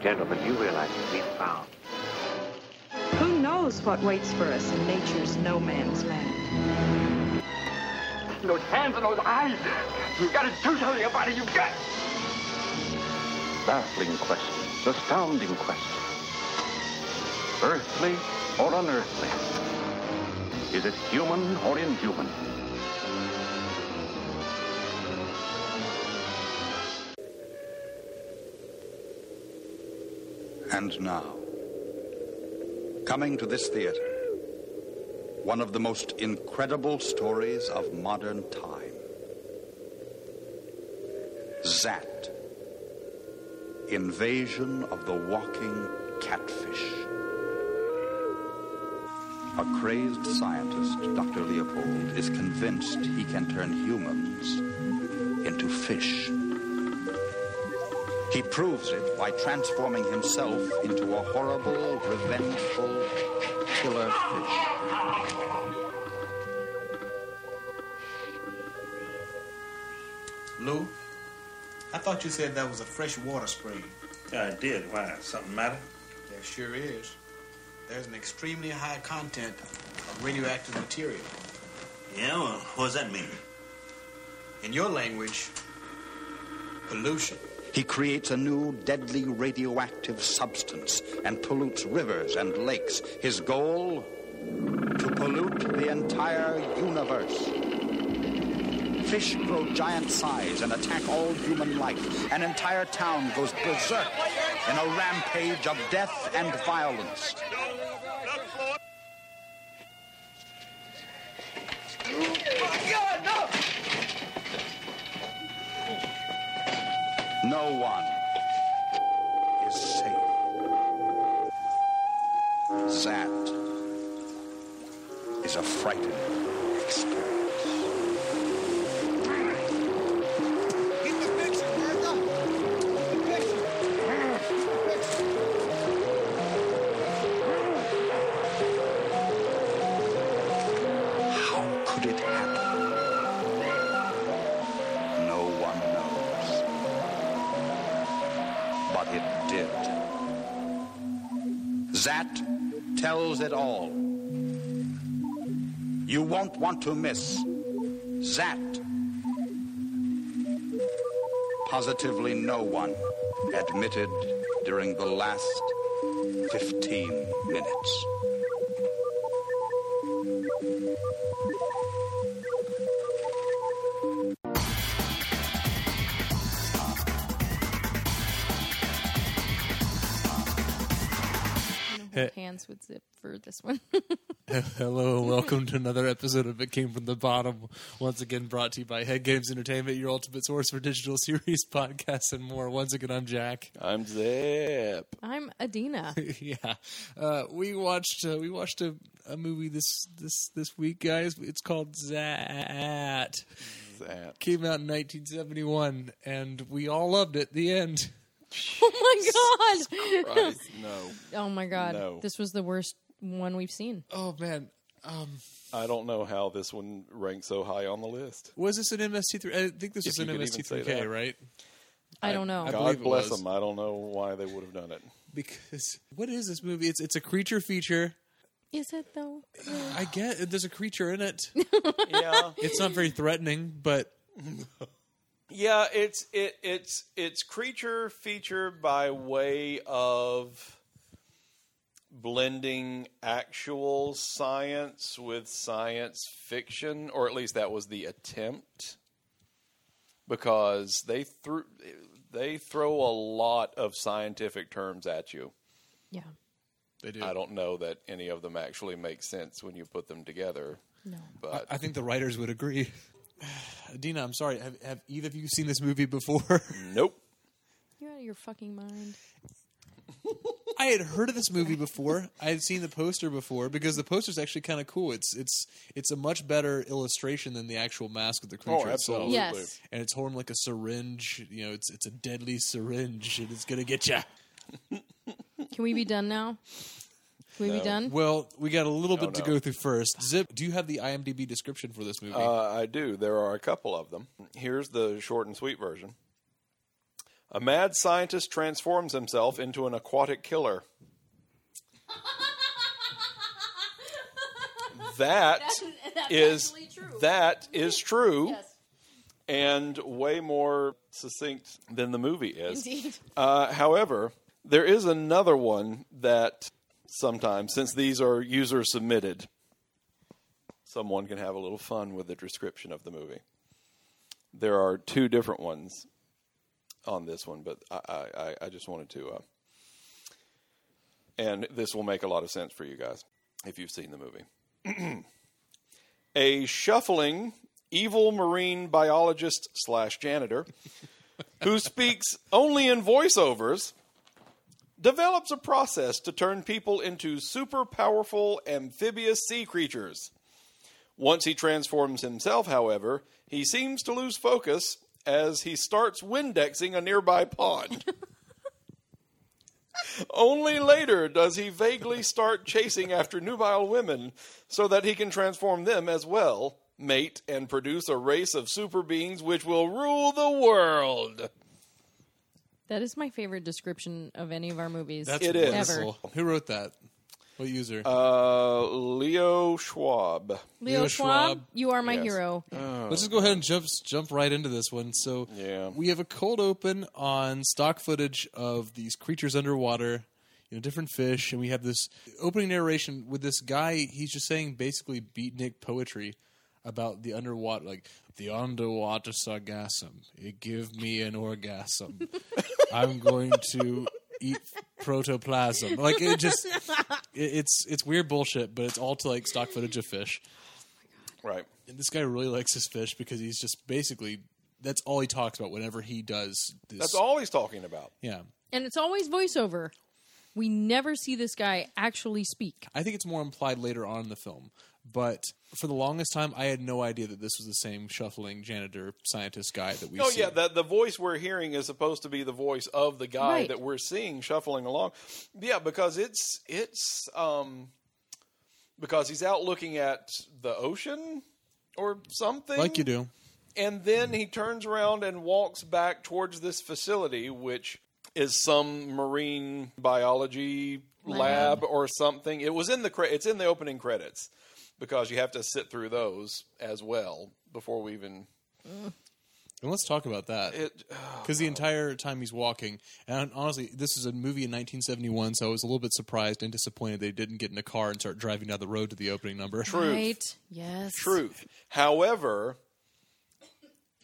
Gentlemen, you realize we've found Who knows what waits for us in nature's no man's land? those hands and those eyes. You've got to do something about it. You've got. baffling questions, astounding questions. Earthly or unearthly? Is it human or inhuman? And now, coming to this theater, one of the most incredible stories of modern time Zat, Invasion of the Walking Catfish. A crazed scientist, Dr. Leopold, is convinced he can turn humans into fish. He proves it by transforming himself into a horrible, revengeful killer fish. Lou, I thought you said that was a fresh water spring. Yeah, I did. Why? Something matter? There sure is. There's an extremely high content of radioactive material. Yeah, well, what does that mean? In your language, pollution. He creates a new deadly radioactive substance and pollutes rivers and lakes. His goal? To pollute the entire universe. Fish grow giant size and attack all human life. An entire town goes berserk in a rampage of death and violence. No one is safe. Zat is a frightening experience. How could it happen? No one knows. But it did. Zat tells it all. You won't want to miss Zat. Positively no one admitted during the last 15 minutes. know, hands Mm-hmm. would zip for this one. Hello and welcome to another episode of It Came From the Bottom. Once again brought to you by Head Games Entertainment, your ultimate source for digital series, podcasts, and more. Once again, I'm Jack. I'm Zip. I'm Adina. yeah. Uh, we watched uh, we watched a, a movie this this this week, guys. It's called Zat. Zap. Came out in 1971 and we all loved it. The end. Oh my god! Right. No, Oh my god! No. This was the worst one we've seen. Oh man. Um, I don't know how this one ranked so high on the list. was this an MST3? I think this If was you an could even say MST3K, that. right? I, don't know. God believe it bless was. them. I don't know why they would have done it. Because what is this movie? It's it's a creature feature. Is it though? I get there's a creature in it. Yeah, It's not very threatening, but yeah. It's it it's it's creature feature by way of blending actual science with science fiction, or at least that was the attempt. Because they threw they throw a lot of scientific terms at you. Yeah. they do. I don't know that any of them actually make sense when you put them together. No. But I think the writers would agree. Dina, I'm sorry. Have, have either of you seen this movie before? nope. You're out of your fucking mind. I had heard of this movie before. I had seen the poster before because the poster's actually kind of cool. It's it's it's a much better illustration than the actual mask of the creature itself. Oh, absolutely. Yes. And it's holding like a syringe. You know, it's it's a deadly syringe, and it's gonna get you. Can we be done now? we be done? Well, we got a little bit to no. go through first. Zip, do you have the IMDb description for this movie? Uh, I do. There are a couple of them. Here's the short and sweet version. A mad scientist transforms himself into an aquatic killer. That that's is actually true. that is true and way more succinct than the movie is. Indeed. Uh, however, there is another one that sometimes, since these are user submitted, someone can have a little fun with the description of the movie. There are two different ones on this one, but I, I, I- I just wanted to. Uh, and this will make a lot of sense for you guys if you've seen the movie. a shuffling evil marine biologist slash janitor who speaks only in voiceovers develops a process to turn people into super powerful amphibious sea creatures. Once he transforms himself, however, he seems to lose focus as he starts windexing a nearby pond. Only later does he vaguely start chasing after nubile women so that he can transform them as well, mate, and produce a race of super beings which will rule the world. That is my favorite description of any of our movies. That's it is. wonderful. Who wrote that? What user? Uh, Leo Schwab. Leo Leo Schwab, Schwab. you are my Yes. hero. Let's just go ahead and jump jump right into this one. So Yeah. we have a cold open on stock footage of these creatures underwater, you know, different fish, and we have this opening narration with this guy. He's just saying basically beatnik poetry about the underwater, like the underwater sargassum. It give me an orgasm. I'm going to eat protoplasm. Like it just, it, it's it's weird bullshit, but it's all to like stock footage of fish Right. and this guy really likes his fish because he's just basically that's all he talks about whenever he does this. That's all he's talking about. Yeah, And it's always voiceover. We never see this guy actually speak. I think it's more implied later on in the film, but for the longest time, I had no idea that this was the same shuffling janitor scientist guy that we. Oh see. yeah, that the voice we're hearing is supposed to be the voice of the guy Right. that we're seeing shuffling along. Yeah, because it's it's um because he's out looking at the ocean or something. like you do. And then he turns around and walks back towards this facility which is some marine biology lab, or something. It was in the cre- it's in the opening credits because you have to sit through those as well before we even And let's talk about that it because the entire time he's walking, and honestly, this is a movie in 1971, so I was a little bit surprised and disappointed they didn't get in a car and start driving down the road to the opening number. Truth. Right? Yes. truth. However,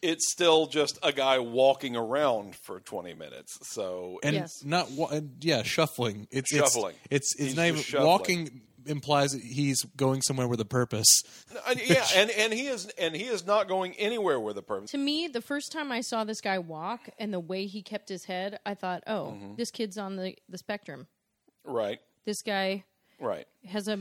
it's still just a guy walking around for 20 minutes. So and Yes. not wa- and yeah, shuffling. It's it's- Shuffling. It's it's, He's not even just shuffling. walking implies that he's going somewhere with a purpose. and, uh, yeah, and, and he is and he is not going anywhere with a purpose. To me, the first time I saw this guy walk and the way he kept his head, I thought, oh, Mm-hmm. this kid's on the, the spectrum. Right. This guy Right. has a,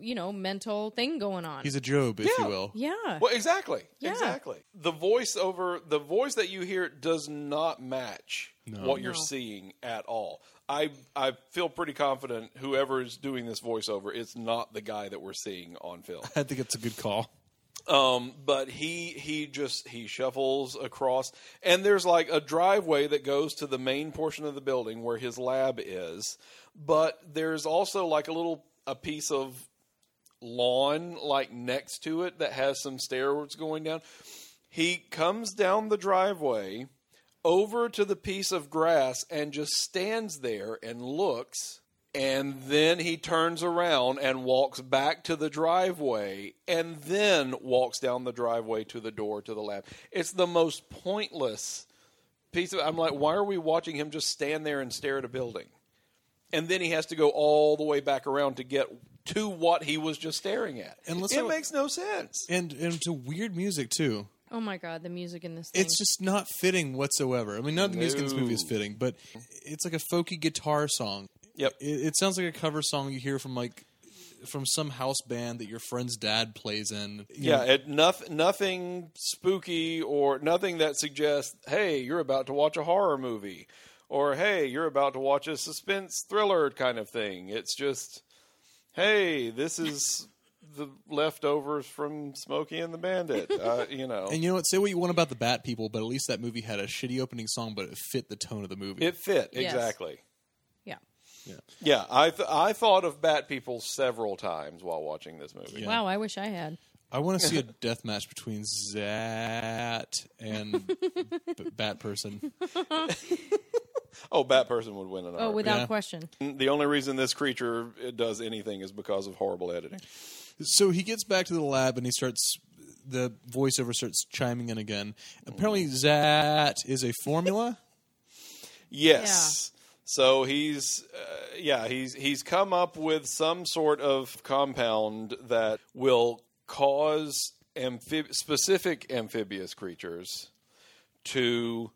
you know, mental thing going on. He's a job, if Yeah. you will. yeah. Well, exactly. Yeah. Exactly. The voice over the voice that you hear does not match what you're No. seeing at all. I I feel pretty confident whoever is doing this voiceover is not the guy that we're seeing on film. I think it's a good call. Um, but he he just he shuffles across, and there's like a driveway that goes to the main portion of the building where his lab is. But there's also like a little a piece of lawn like next to it that has some stairs going down. He comes down the driveway over to the piece of grass and just stands there and looks and then he turns around and walks back to the driveway and then walks down the driveway to the door to the lab. It's the most pointless piece of I'm like why are we watching him just stand there and stare at a building? And then he has to go all the way back around to get to what he was just staring at. And let's it not- makes no sense. And and to weird music too. oh my God, the music in this thing. It's just not fitting whatsoever. I mean, none of the music in this movie is No. fitting, but it's like a folky guitar song. Yep. It, it sounds like a cover song you hear from like from some house band that your friend's dad plays in. You Yeah, know, it, nothing, nothing spooky or nothing that suggests, hey, you're about to watch a horror movie, or hey, you're about to watch a suspense thriller kind of thing. It's just hey, this is the leftovers from Smokey and the Bandit. Uh, you know, And you know what? Say what you want about the Bat People, but at least that movie had a shitty opening song, but it fit the tone of the movie. it fit Yes. exactly. Yeah. Yeah, I th- I thought of Bat People several times while watching this movie. Wow, I wish I had. I want to see a death match between Zat and B- Bat Person. Oh, Bat Person would win an Oh, without Yeah. question. The only reason this creature does anything is because of horrible editing. So he gets back to the lab and he starts. The voiceover starts chiming in again. Apparently, Mm. Zat is a formula. Yes. So he's uh, yeah, he's he's come up with some sort of compound that will cause amphib- specific amphibious creatures to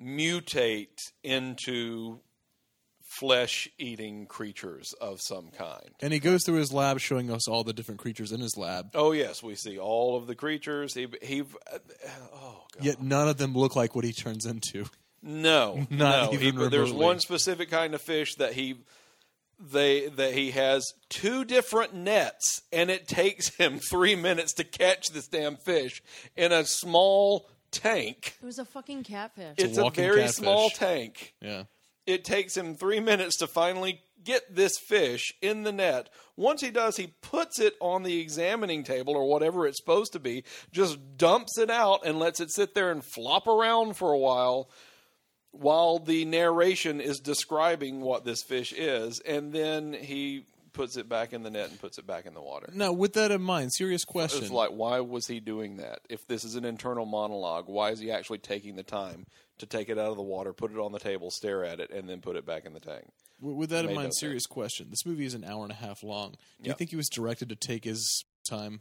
mutate into flesh-eating creatures of some kind. And he goes through his lab showing us all the different creatures in his lab. Oh yes, we see all of the creatures. He he oh god. Yet none of them look like what he turns into. No, Not no. even He- there's remotely. one specific kind of fish that he they that he has two different nets, and it takes him three minutes to catch this damn fish in a small tank. It was a fucking catfish. It's a walking very catfish. small tank. Yeah. It takes him three minutes to finally get this fish in the net. Once he does, he puts it on the examining table or whatever it's supposed to be, just dumps it out and lets it sit there and flop around for a while while the narration is describing what this fish is. And then he puts it back in the net and puts it back in the water. Now, with that in mind, serious question. It's like, why was he doing that? If this is an internal monologue, why is he actually taking the time to take it out of the water, put it on the table, stare at it, and then put it back in the tank? W- With that in Made mind, up serious question. This movie is an hour and a half long. Do you Yep. think he was directed to take his time?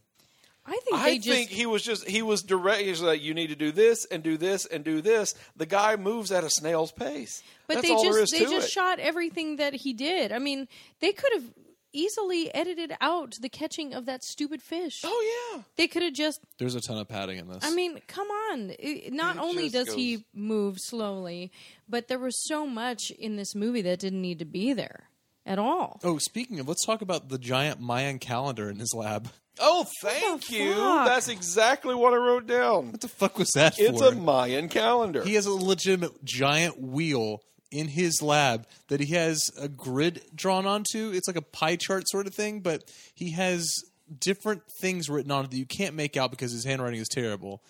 I think I they think just he was just he was direct. He was like, "You need to do this and do this and do this." The guy moves at a snail's pace. but That's they all just there is they to just it. shot everything that he did. I mean, they could have easily edited out the catching of that stupid fish. Oh yeah, They could have just There's a ton of padding in this. I mean, come on. It- not It only does just he goes- move slowly, but there was so much in this movie that didn't need to be there at all. oh, speaking of, let's talk about the giant Mayan calendar in his lab. Oh, thank you. fuck? That's exactly what I wrote down. What the fuck was that It's for? a Mayan calendar. he has a legitimate giant wheel in his lab that he has a grid drawn onto. It's like a pie chart sort of thing, but he has different things written on it that you can't make out because his handwriting is terrible.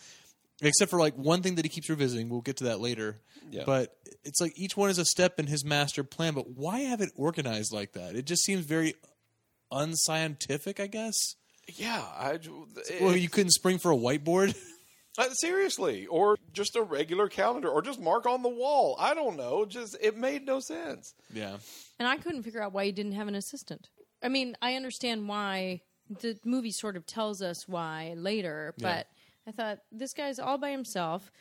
Except for like one thing that he keeps revisiting. We'll get to that later. Yeah. But it's like each one is a step in his master plan, but why have it organized like that? It just seems very unscientific, I guess. yeah, I, it- Well, you couldn't spring for a whiteboard. Uh, seriously, or just a regular calendar, or just mark on the wall. I don't know. Just it made no sense. yeah. And I couldn't figure out why he didn't have an assistant. I mean, I understand why the movie sort of tells us why later, but I thought this guy's all by himself.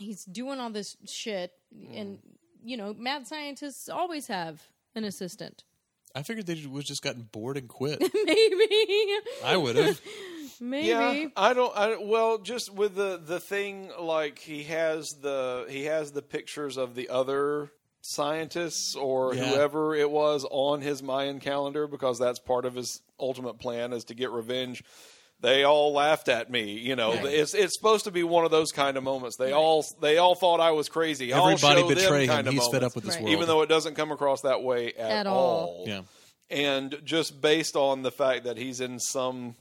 He's doing all this shit, Hmm. and you know, mad scientists always have an assistant. I figured they was just gotten bored and quit. Maybe, I would have. maybe. Yeah, I don't. I well, just with the the thing like he has the he has the pictures of the other scientists or Yeah. whoever it was on his Mayan calendar because that's part of his ultimate plan is to get revenge. They all laughed at me. You know, it's it's supposed to be one of those kind of moments. They all they all thought I was crazy. I'll Everybody show them betray him. kind of He's fed moments. up with this Right. world. even though it doesn't come across that way at, At all. Yeah. and just based on the fact that he's in some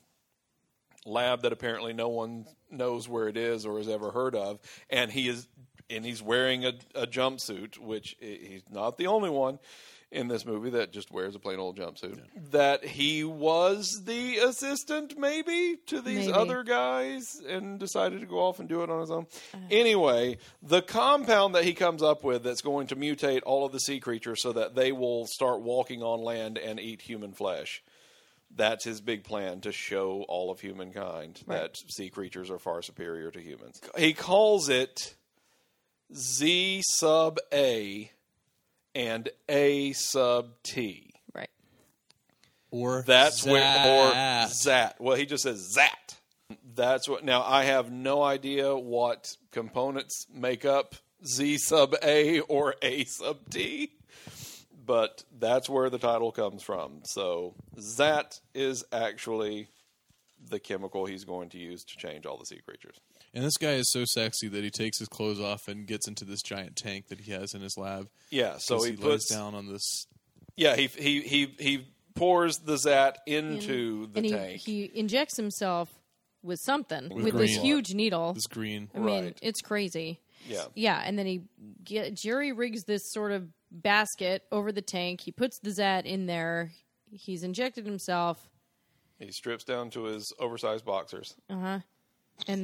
lab that apparently no one knows where it is or has ever heard of, and he is and he's wearing a, a jumpsuit, which i- he's not the only one in this movie that just wears a plain old jumpsuit. That he was the assistant, maybe, to these Maybe. other guys, and decided to go off and do it on his own. Anyway, the compound that he comes up with that's going to mutate all of the sea creatures so that they will start walking on land and eat human flesh that's his big plan to show all of humankind that sea creatures are far superior to humans. He calls it Z sub A and A sub T. Right. Or That's where or Zat. Zat. Well, he just says Zat. That's what. Now I have no idea what components make up Z sub A or A sub T, but that's where the title comes from. So that is actually the chemical he's going to use to change all the sea creatures. And this guy is so sexy that he takes his clothes off and gets into this giant tank that he has in his lab. Yeah, so 'Cause he he, lays puts- down on this. Yeah, he he he he pours the zat into the and he, tank. he injects himself with something with, this green. huge needle. This green. I mean, Right. it's crazy. yeah. Yeah, and then he get, jerry rigs this sort of basket over the tank. He puts the zat in there. He's injected himself, He strips down to his oversized boxers. and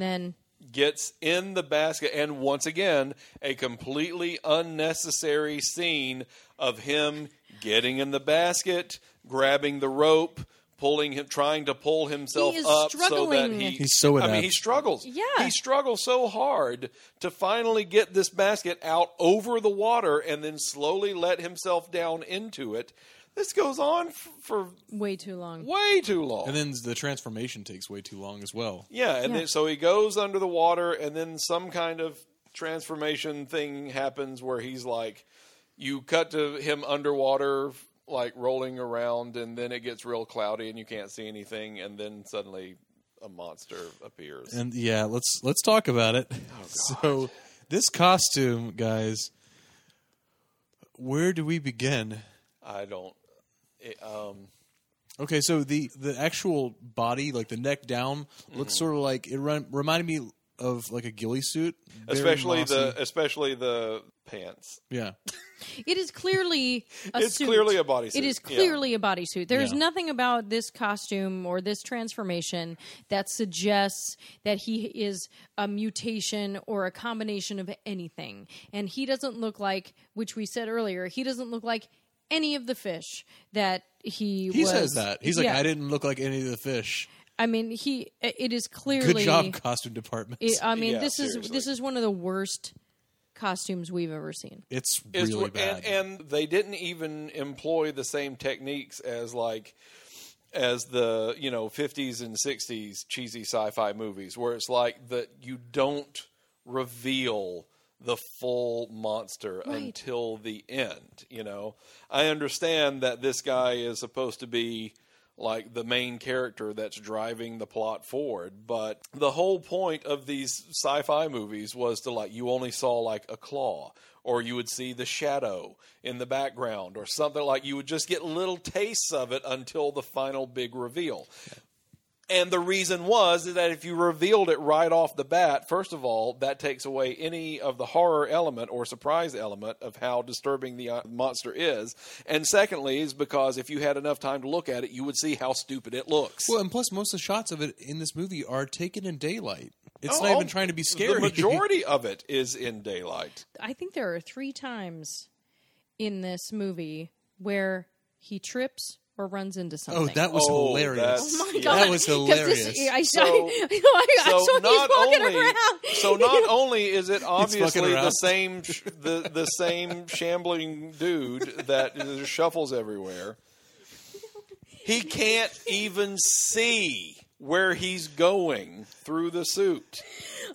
then gets in the basket and once again a completely unnecessary scene of him getting in the basket grabbing the rope pulling him trying to pull himself He is up so that struggling. he He's so I mean inept. he struggles Yeah. he struggles so hard to finally get this basket out over the water and then slowly let himself down into it this goes on f- for way too long. way too long And then the transformation takes way too long as well. yeah, and Yeah. Then, so he goes under the water, and then some kind of transformation thing happens where he's like, you cut to him underwater, like rolling around, and then it gets real cloudy and you can't see anything, and then suddenly a monster appears. And yeah, let's let's talk about it. so this costume, guys, where do we begin? I don't. It, um, Okay, so the the actual body, like the neck down, Mm-hmm. looks sort of like it run, reminded me of like a ghillie suit, Very especially the mossy. especially the pants. yeah. It is clearly a It's suit. clearly a bodysuit, It is yeah. clearly a bodysuit. There is Yeah. nothing about this costume or this transformation that suggests that he is a mutation or a combination of anything. And he doesn't look like, which we said earlier, he doesn't look like any of the fish that he He was- says that he's like, Yeah. I didn't look like any of the fish. I mean, he. It is clearly Good job, costume department. it- I mean, Yeah, this is seriously. this is one of the worst costumes we've ever seen. it's It's- really bad. And, and they didn't even employ the same techniques as like as the you know 50s and 60s cheesy sci-fi movies, where it's like that you don't reveal the full monster until the end. You know, I understand that this guy is supposed to be like the main character that's driving the plot forward but the whole point of these sci-fi movies was to like you only saw like a claw or you would see the shadow in the background or something like you would just get little tastes of it until the final big reveal and the reason was is that if you revealed it right off the bat, first of all, that takes away any of the horror element or surprise element of how disturbing the uh, monster is. And secondly, is because if you had enough time to look at it, you would see how stupid it looks. well, and plus, most of the shots of it in this movie are taken in daylight. It's Oh, not even oh, trying to be scary. The majority of it is in daylight. I think there are three times in this movie where he trips or runs into oh, something. that was Oh, hilarious. that's- Oh my That was 'Cause this- hilarious. I, I, So- I, I, I saw he's walking around. so not only is it obviously the around. same sh- the the same shambling dude that just shuffles everywhere. He can't even see where he's going through the suit.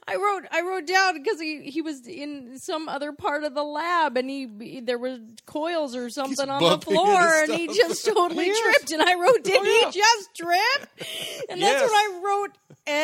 I wrote I wrote down because he, he was in some other part of the lab and he there were coils or something on the bumping into floor and he stuff. just totally tripped and I wrote did yeah. he just trip? And Yes. that's what I wrote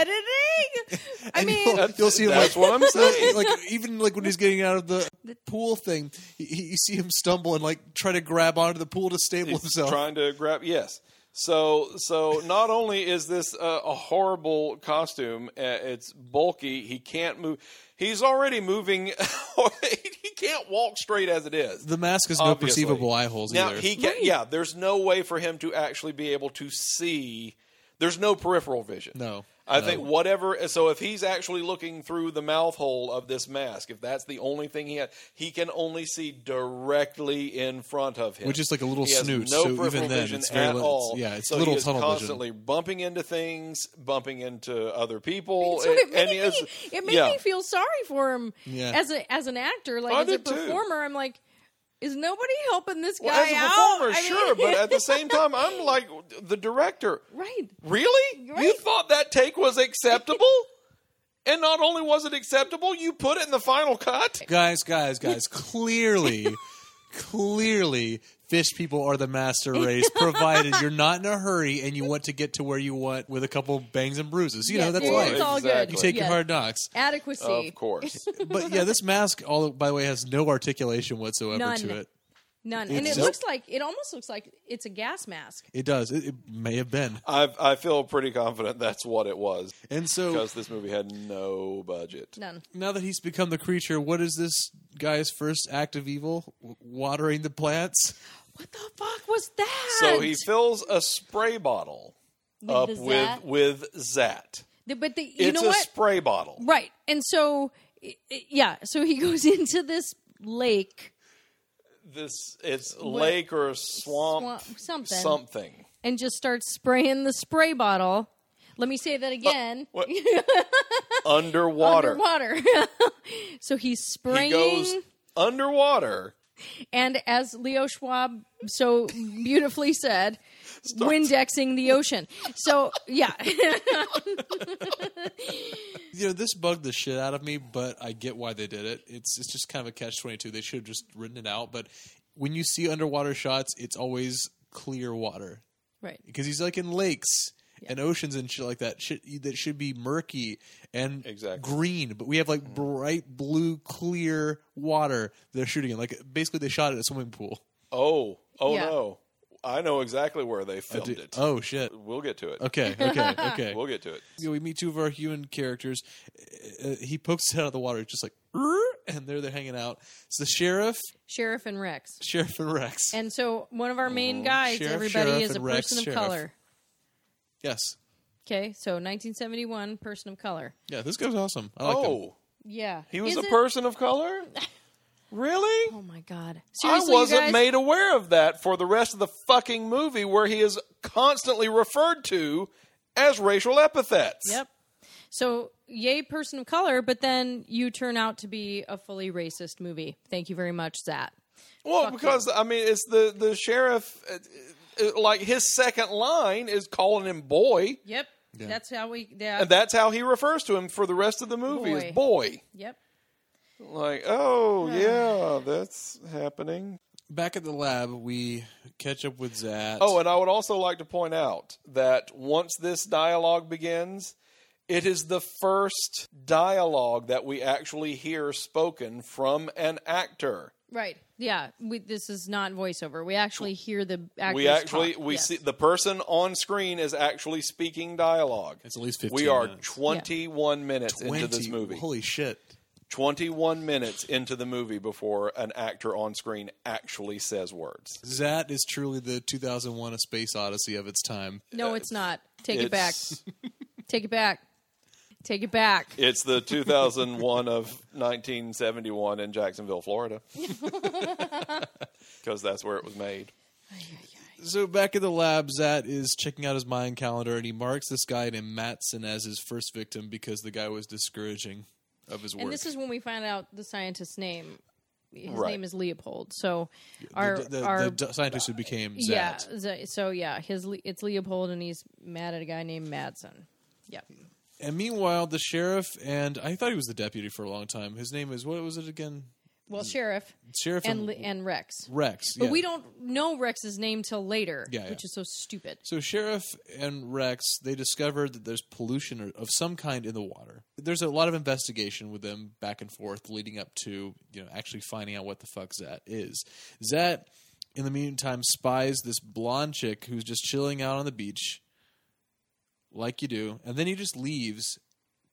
editing. I mean you'll, you'll see him That's like, what I'm saying. like even like when he's getting out of the pool thing, you, you see him stumble and like try to grab onto the pool to stable He's himself. trying to grab. Yes. So so not only is this a, a horrible costume, uh, it's bulky. He can't move. He's already moving. he can't walk straight as it is. the mask has no obviously. perceivable eye holes now either. he can. Yeah. There's no way for him to actually be able to see. There's no peripheral vision. No. I No. think whatever. So if he's actually looking through the mouth hole of this mask, if that's the only thing he has, he can only see directly in front of him, Which is like a little He has snoot, No so even peripheral then, vision it's very at li- it's- all. yeah, it's so little he is tunnel vision. constantly bumping into things, bumping into other people, So it and, made, and he is- me, it made yeah. me feel sorry for him Yeah. as a as an actor, like I as a did too. performer. I'm like, is nobody helping this guy Well, as a out? performer, I mean- sure, but at the same time, I'm like the director. right. Really? You Right. thought that take was acceptable? and not only was it acceptable, you put it in the final cut? guys, guys, guys, clearly, clearly, fish people are the master race, provided you're not in a hurry and you want to get to where you want with a couple bangs and bruises. You Yeah, know, that's it's life. all good. Exactly. You take Yeah. your hard knocks. Adequacy. Of course. But yeah, this mask, all by the way, has no articulation whatsoever None. to it. None. And it It's- looks like it almost looks like it's a gas mask. It does. It, it may have been. I I feel pretty confident that's what it was And so because this movie had no budget. None. now that he's become the creature, what is this guy's first act of evil? W- Watering the plants? What the fuck was that? So he fills a spray bottle up the with Zat? with Zat. The- but the, you It's know a what? spray bottle. right. And so i- i- yeah, so he goes into this lake This it's lake or swamp, swamp- something. something. and just starts spraying the spray bottle. Let me say that again. What? underwater. Underwater. so he's spraying He goes underwater. and as Leo Schwab so beautifully said, windexing the ocean. So yeah. You know, this bugged the shit out of me, but I get why they did it. It's it's just kind of a catch twenty two. They should have just written it out. But when you see underwater shots, it's always clear water right. because he's like in lakes and oceans and shit like that. Shit that should be murky and Exactly. Mm. green, but we have like bright blue, clear water they're shooting in. Like basically, they shot at a swimming pool. Oh, oh Yeah. no. I know exactly where they I filmed do- it. Oh shit. We'll get to it. Okay, okay, okay. We'll get to it. you know, we meet two of our human characters. Uh, uh, he pokes his head out of the water, just like, "Rrr," and there they're hanging out. It's the sheriff, Sheriff and Rex. sheriff and Rex. And so one of our main Oh, guys, Sheriff, everybody sheriff, is a and Rex, person of sheriff. color. yes, Okay, so 1971, person of color. yeah, this guy's awesome. I like him. Oh, Yeah, he was Is a it- person of color? Really? Oh my god! I Seriously, you wasn't guys? made aware of that for the rest of the fucking movie where he is constantly referred to as racial epithets. Yep. So yay, person of color, but then you turn out to be a fully racist movie. Thank you very much, Zat. Well, because I mean, it's the the sheriff. uh, uh, Like his second line is calling him boy, Yep. That's how we. Yeah. and that's how he refers to him for the rest of the movie is boy. yep. Like, oh yeah, that's happening. Back at the lab, we catch up with Zat. Oh, and I would also like to point out that once this dialogue begins, it is the first dialogue that we actually hear spoken from an actor. Right. Yeah. We, this is not voiceover. We actually hear the actors. we actually talk. we Yes. see the person on screen is actually speaking dialogue. it's at least fifteen. We are minutes. 21 minutes 20 into this movie. Holy shit! 21 minutes into the movie before an actor on screen actually says words. Zat is truly the 2001: A Space Odyssey of its time. No, it's not. Take it back. uh, It's- Take it back. Take it back. It's the 2001 of 1971 in Jacksonville, Florida. Because that's where it was made. So back at the lab, Zat is checking out his mind calendar, and he marks this guy named Matson as his first victim because the guy was discouraging of his work. And this is when we find out the scientist's name. His Right. name is Leopold. So our the, the, our the d- scientist who became yeah. Zat. Z- So yeah, his Le- it's Leopold, and he's mad at a guy named Madsen. Yeah. And meanwhile, the sheriff and I thought he was the deputy for a long time. His name is what was it again? Well, sheriff Sheriff and and, Le- and Rex. Rex. But yeah. we don't know Rex's name till later, Yeah, yeah. which is so stupid. So sheriff and Rex, they discovered that there's pollution or- of some kind in the water. There's a lot of investigation with them back and forth leading up to, you know, actually finding out what the fuck Zat is. Zat in the meantime spies this blonde chick who's just chilling out on the beach like you do, and then he just leaves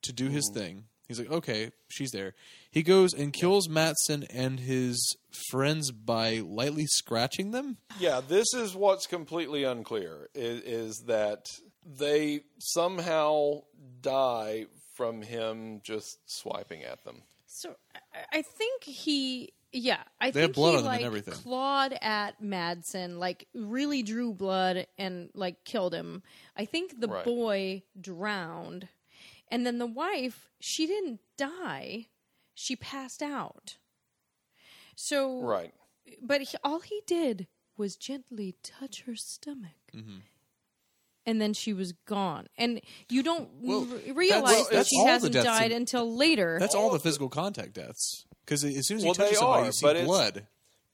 to do his thing. He's like, "Okay, she's there." He goes and kills Matson and his friends by lightly scratching them. Yeah, this is what's completely unclear is, is that they somehow die from him just swiping at them. So I, I think he, yeah, I They have think blood he on them and like everything. clawed at Madsen, like really drew blood and like killed him. I think the Right. boy drowned, and then the wife she didn't die, she passed out. So Right. but he, all he did was gently touch her stomach. Mm-hmm. And then she was gone, and you don't re- realize that's- that that's she all the hasn't deaths died in- until later. That's all the physical contact deaths. Because as soon as you Well, touch they somebody, are, you but see it's- blood.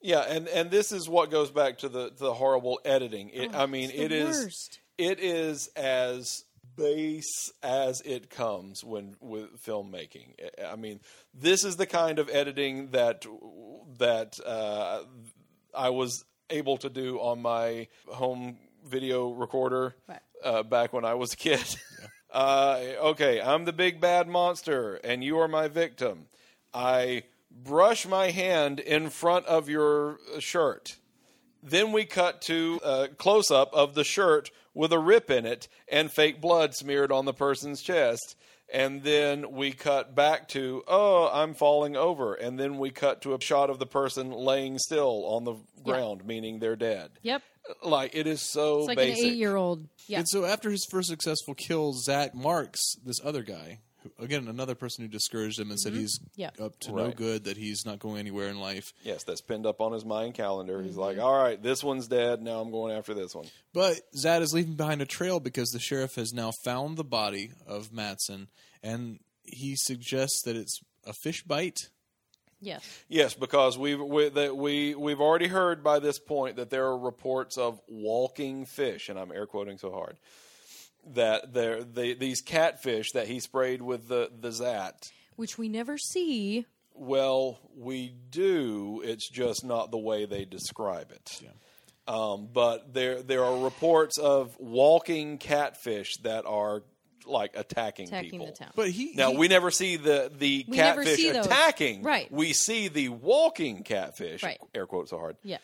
Yeah, and and this is what goes back to the to the horrible editing. It, I mean, Oh, it's the it is worst. it is as base as it comes when with filmmaking. I- I mean, this is the kind of editing that that uh, I was able to do on my home video recorder Right. uh, back when I was a kid. uh, okay, I'm the big bad monster, and you are my victim. I brush my hand in front of your shirt. Then we cut to a close up of the shirt with a rip in it and fake blood smeared on the person's chest. And then we cut back to, oh, I'm falling over. And then we cut to a shot of the person laying still on the ground, meaning they're dead. Yep. Like, it is so It's like basic. an eight year old. Yeah. And so after his first successful kill, Zach marks this other guy, who, again another person who discouraged him and Mm-hmm. said he's Yeah. up to no Right. good, that he's not going anywhere in life. Yes, that's pinned up on his mind calendar. Mm-hmm. He's like, all right, this one's dead. Now I'm going after this one. But Zad is leaving behind a trail because the sheriff has now found the body of Matson, and he suggests that it's a fish bite. Yes. Yes, because we've we, that we we've already heard by this point that there are reports of walking fish, and I'm air quoting so hard that there the, these catfish that he sprayed with the the zat. Which we never see. Well, we do. It's just not the way they describe it. Um, but there there are reports of walking catfish that are like attacking, Attacking people. the town. But he Now he- we never see the the We never catfish see those. attacking. Right. We see the walking catfish. Right. Air quotes so hard. Yeah.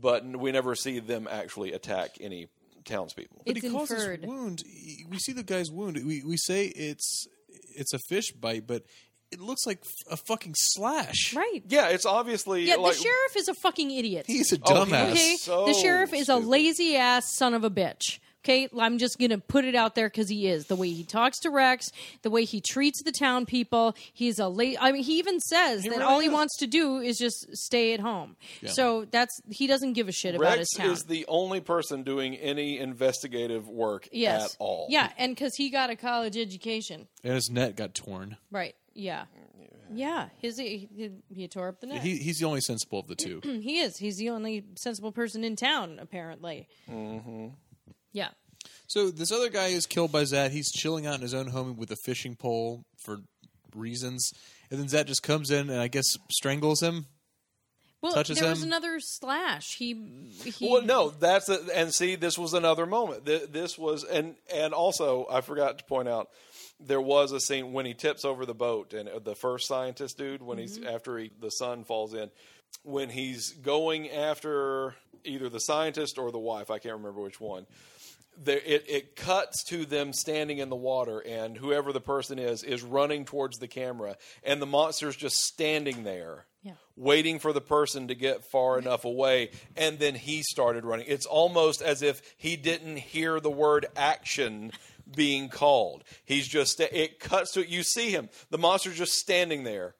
But n- we never see them actually attack any townspeople. but It's he calls inferred. his wound. he- We see the guy's wound. We we say it's it's a fish bite, but it looks like a fucking slash. Right. yeah, it's obviously Yeah, like the sheriff is a fucking idiot. He's a Oh, he dumbass. is. okay? so the sheriff is a stupid. lazy ass son of a bitch. Okay, I'm just gonna put it out there because he is the way he talks to Rex, the way he treats the town people. He's a late. I mean, he even says that really all he is. wants to do is just stay at home. So that's he doesn't give a shit about his Rex town. is the only person doing any investigative work yes, at all. Yeah, and because he got a college education, And his net got torn. right? Yeah, yeah. His he, he- he tore up the neck. Hmm, He, he's the only sensible of the two. He is. He's the only sensible person in town, apparently. Mm-hmm. Yeah. So this other guy is killed by Zat. He's chilling out in his own home with a fishing pole for reasons, and then Zat just comes in and I guess strangles him. Well, Touches there was him. another slash. He, he Well, no, that's a, and see, this was another moment. Th- This was and and also I forgot to point out there was a scene when he tips over the boat and uh, the first scientist dude when he's Mm-hmm. after he, the sun falls in when he's going after either the scientist or the wife I can't remember which one. There, it, it cuts to them standing in the water, and whoever the person is is running towards the camera, and the monster's just standing there Yeah. waiting for the person to get far enough away, and then he started running. It's almost as if he didn't hear the word action being called. He's just, it cuts to, you see him. The monster's just standing there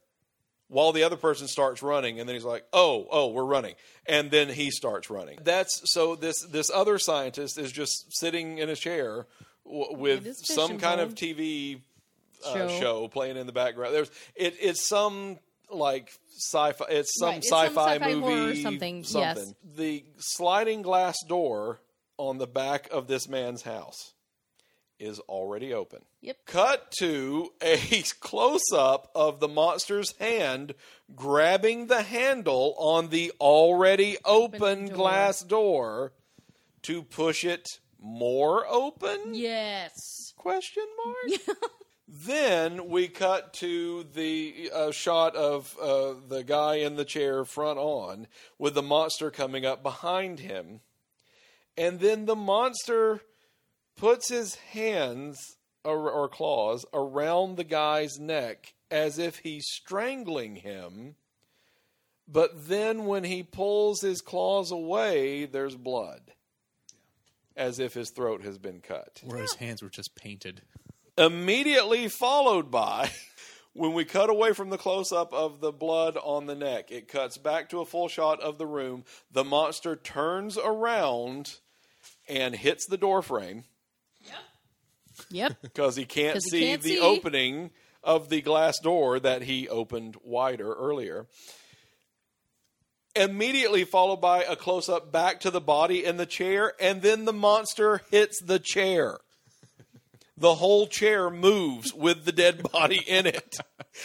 while the other person starts running and then he's like oh oh we're running and then he starts running that's so this this other scientist is just sitting in a chair w- with this some fishing kind of pole. tv uh, Show. show. playing in the background there's it, it's some like sci-fi it's some Right, it's some sci-fi, sci-fi movie horror or something, yes. the sliding glass door on the back of this man's house is already open Yep. cut to a close up of the monster's hand grabbing the handle on the already open, door. glass door to push it more open Yes. question mark then we cut to the uh, shot of uh, the guy in the chair front on with the monster coming up behind him and then the monster puts his hands or, or claws around the guy's neck as if he's strangling him but then when he pulls his claws away there's blood as if his throat has been cut Where his hands were just painted. immediately followed by when we cut away from the close up of the blood on the neck. It cuts back to a full shot of the room. The monster turns around and hits the door frame Yep. because he can't 'Cause he see can't the see. opening of the glass door that he opened wider earlier. immediately followed by a close up back to the body in the chair, and then the monster hits the chair. The whole chair moves with the dead body in it.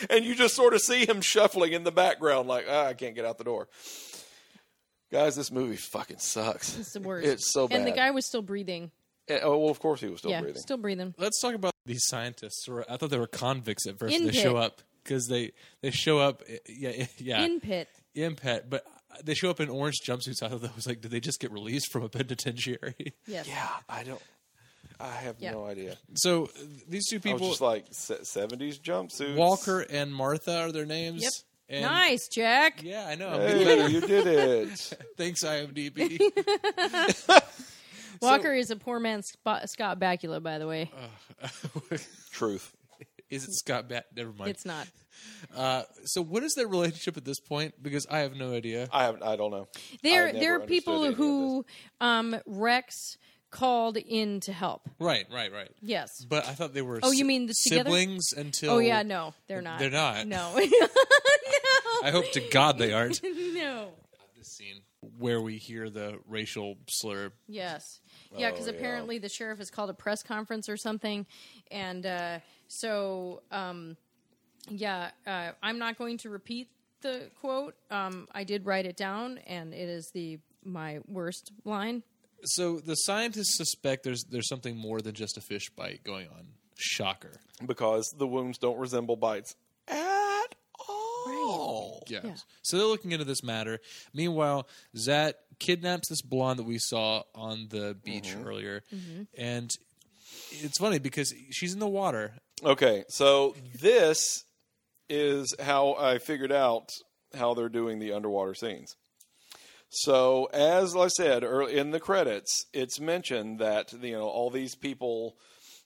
And you just sort of see him shuffling in the background, like, ah, I can't get out the door. Guys, this movie fucking sucks. It's the worst. It's so bad. And the guy was still breathing. And- oh, well, of course he was still yeah, breathing. still breathing. Let's talk about these scientists. who are- I thought they were convicts at first. They Input. show up because they they show up. Yeah, yeah. In pit. Impet, but they show up in orange jumpsuits. I thought that was like, did they just get released from a penitentiary? Yes. yeah, Ah, I don't. I have Yeah. no idea. So uh, these two I people, was just like se- 70s jumpsuits. Walker and Martha, are their names. Yep. And nice, Jack. Yeah, I know. I'm getting Hey, you did it. Thanks, IMDb. Walker is a poor man's Sp- Scott Bakula, by the way. Uh, Truth. is it Scott Bat? Never mind. it's not. Uh, so, what is their relationship at this point? Because I have no idea. I have. I don't know. I There, never there are understood any people of who um, Rex called in to help. Right, right, right. Yes. But I thought they were. Oh, si- you mean the together? siblings until? Oh yeah, no, they're not. They're not. No, no, I hope to God they aren't. no. this scene where we hear the racial slur. Yes. Yeah, because apparently the sheriff has called a press conference or something. And uh, so, um, yeah, uh, I'm not going to repeat the quote. Um, I did write it down, and it is the my worst line. So the scientists suspect there's there's something more than just a fish bite going on. Shocker. Because the wounds don't resemble bites at all. Yes. So they're looking into this matter. Meanwhile, Zat kidnaps this blonde that we saw on the beach Mm-hmm. earlier, and it's funny because she's in the water. Okay, so this is how I figured out how they're doing the underwater scenes. So, as I said early in the credits, it's mentioned that you know all these people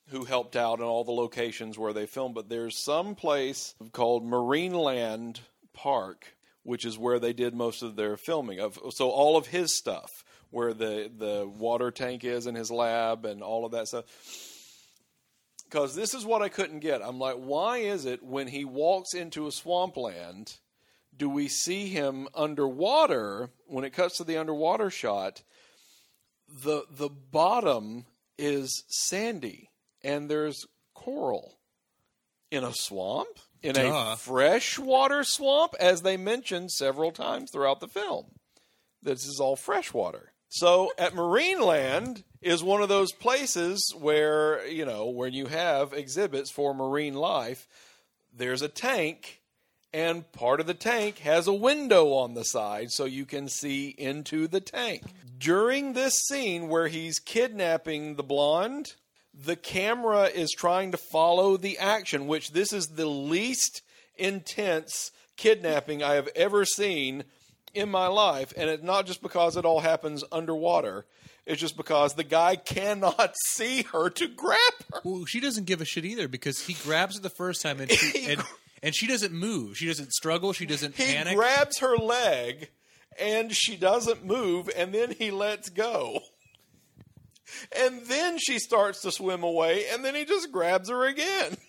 who helped out in all the locations where they filmed, but there's some place called Marineland Park, which is where they did most of their filming of. So all of his stuff, where the the water tank is in his lab and all of that stuff because this is what I couldn't get. I'm like, why is it when he walks into a swampland, do we see him underwater? When it cuts to the underwater shot, the the bottom is sandy and there's coral in a swamp in Duh. a freshwater swamp, as they mentioned several times throughout the film. This is all freshwater. So at Marineland is one of those places where, you know, when you have exhibits for marine life, there's a tank and part of the tank has a window on the side so you can see into the tank. During this scene where he's kidnapping the blonde, the camera is trying to follow the action, which this is the least intense kidnapping I have ever seen in my life. And it's not just because it all happens underwater, it's just because the guy cannot see her to grab her. Well, she doesn't give a shit either because he grabs her the first time and she, and, and she doesn't move. She doesn't struggle. She doesn't He panic. grabs her leg and she doesn't move, and then he lets go. And then she starts to swim away, and then he just grabs her again.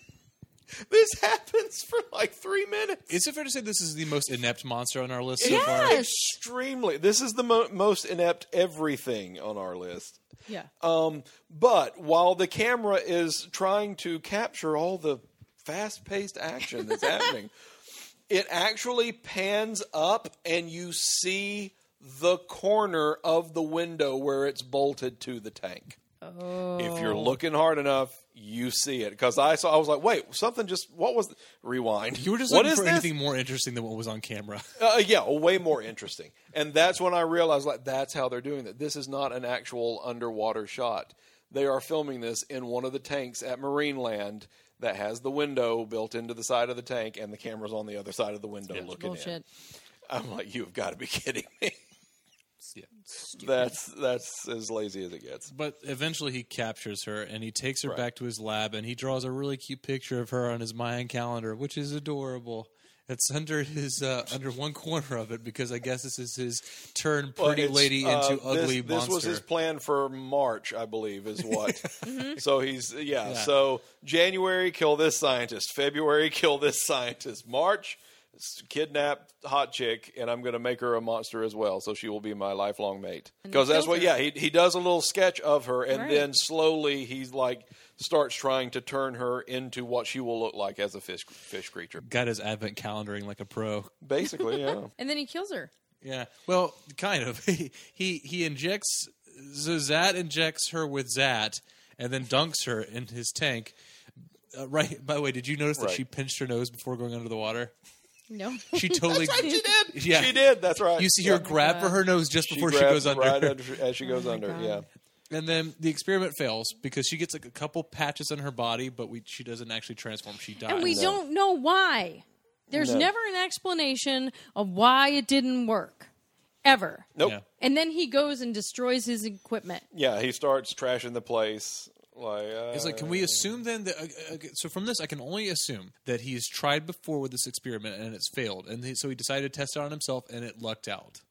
This happens for like three minutes. is it fair to say this is the most inept monster on our list so far? Yes. extremely. This is the mo- most inept everything on our list. Yeah. But while the camera is trying to capture all the fast paced action that's happening, it actually pans up and you see the corner of the window where it's bolted to the tank. If Oh. you're looking hard enough, you see it. Because I saw, I was like, wait, something just, what was, rewind. You were just what looking is for this? anything more interesting than what was on camera. Uh, yeah, way more interesting. And that's when I realized like that's how they're doing it. This is not an actual underwater shot. They are filming this in one of the tanks at Marineland that has the window built into the side of the tank, and the camera's on the other side of the window looking in. Bullshit. I'm like, you've got to be kidding me. Yeah. that's that's as lazy as it gets. But eventually he captures her and he takes her Right. back to his lab and he draws a really cute picture of her on his Mayan calendar, which is adorable. It's under his uh, under one corner of it because I guess this is his turn Well, pretty it's, lady uh, into this- ugly this, monster. Mm-hmm. was his plan for March, I believe, is what. So he's yeah, So January, kill this scientist. February, kill this scientist. March, s- kidnap hot chick and I'm going to make her a monster as well, so she will be my lifelong mate. Because that's what, yeah, he he does a little sketch of her, and Right. then slowly he's like starts trying to turn her into what she will look like as a fish fish creature. Got his advent calendaring like a pro. Basically, yeah. And then he kills her. Yeah. Well, kind of. he he, he injects so Zat injects her with Zat and then dunks her in his tank. Uh, right. By the way, did you notice that Right. she pinched her nose before going under the water? No. She totally she did. Yeah. She did. That's right. You see Yeah. her grab for her nose just She before she, grabbed goes under. right under as she goes under. Oh God. Yeah. And then the experiment fails because she gets like a couple patches on her body, but we, she doesn't actually transform. She dies. and we don't know why. There's No. never an explanation of why it didn't work, ever. Nope. Yeah. And then he goes and destroys his equipment. Yeah, he starts trashing the place. Like uh, It's like, can we assume then that? Uh, uh, so from this, I can only assume that he's tried before with this experiment and it's failed, and he, so he decided to test it on himself, and it lucked out.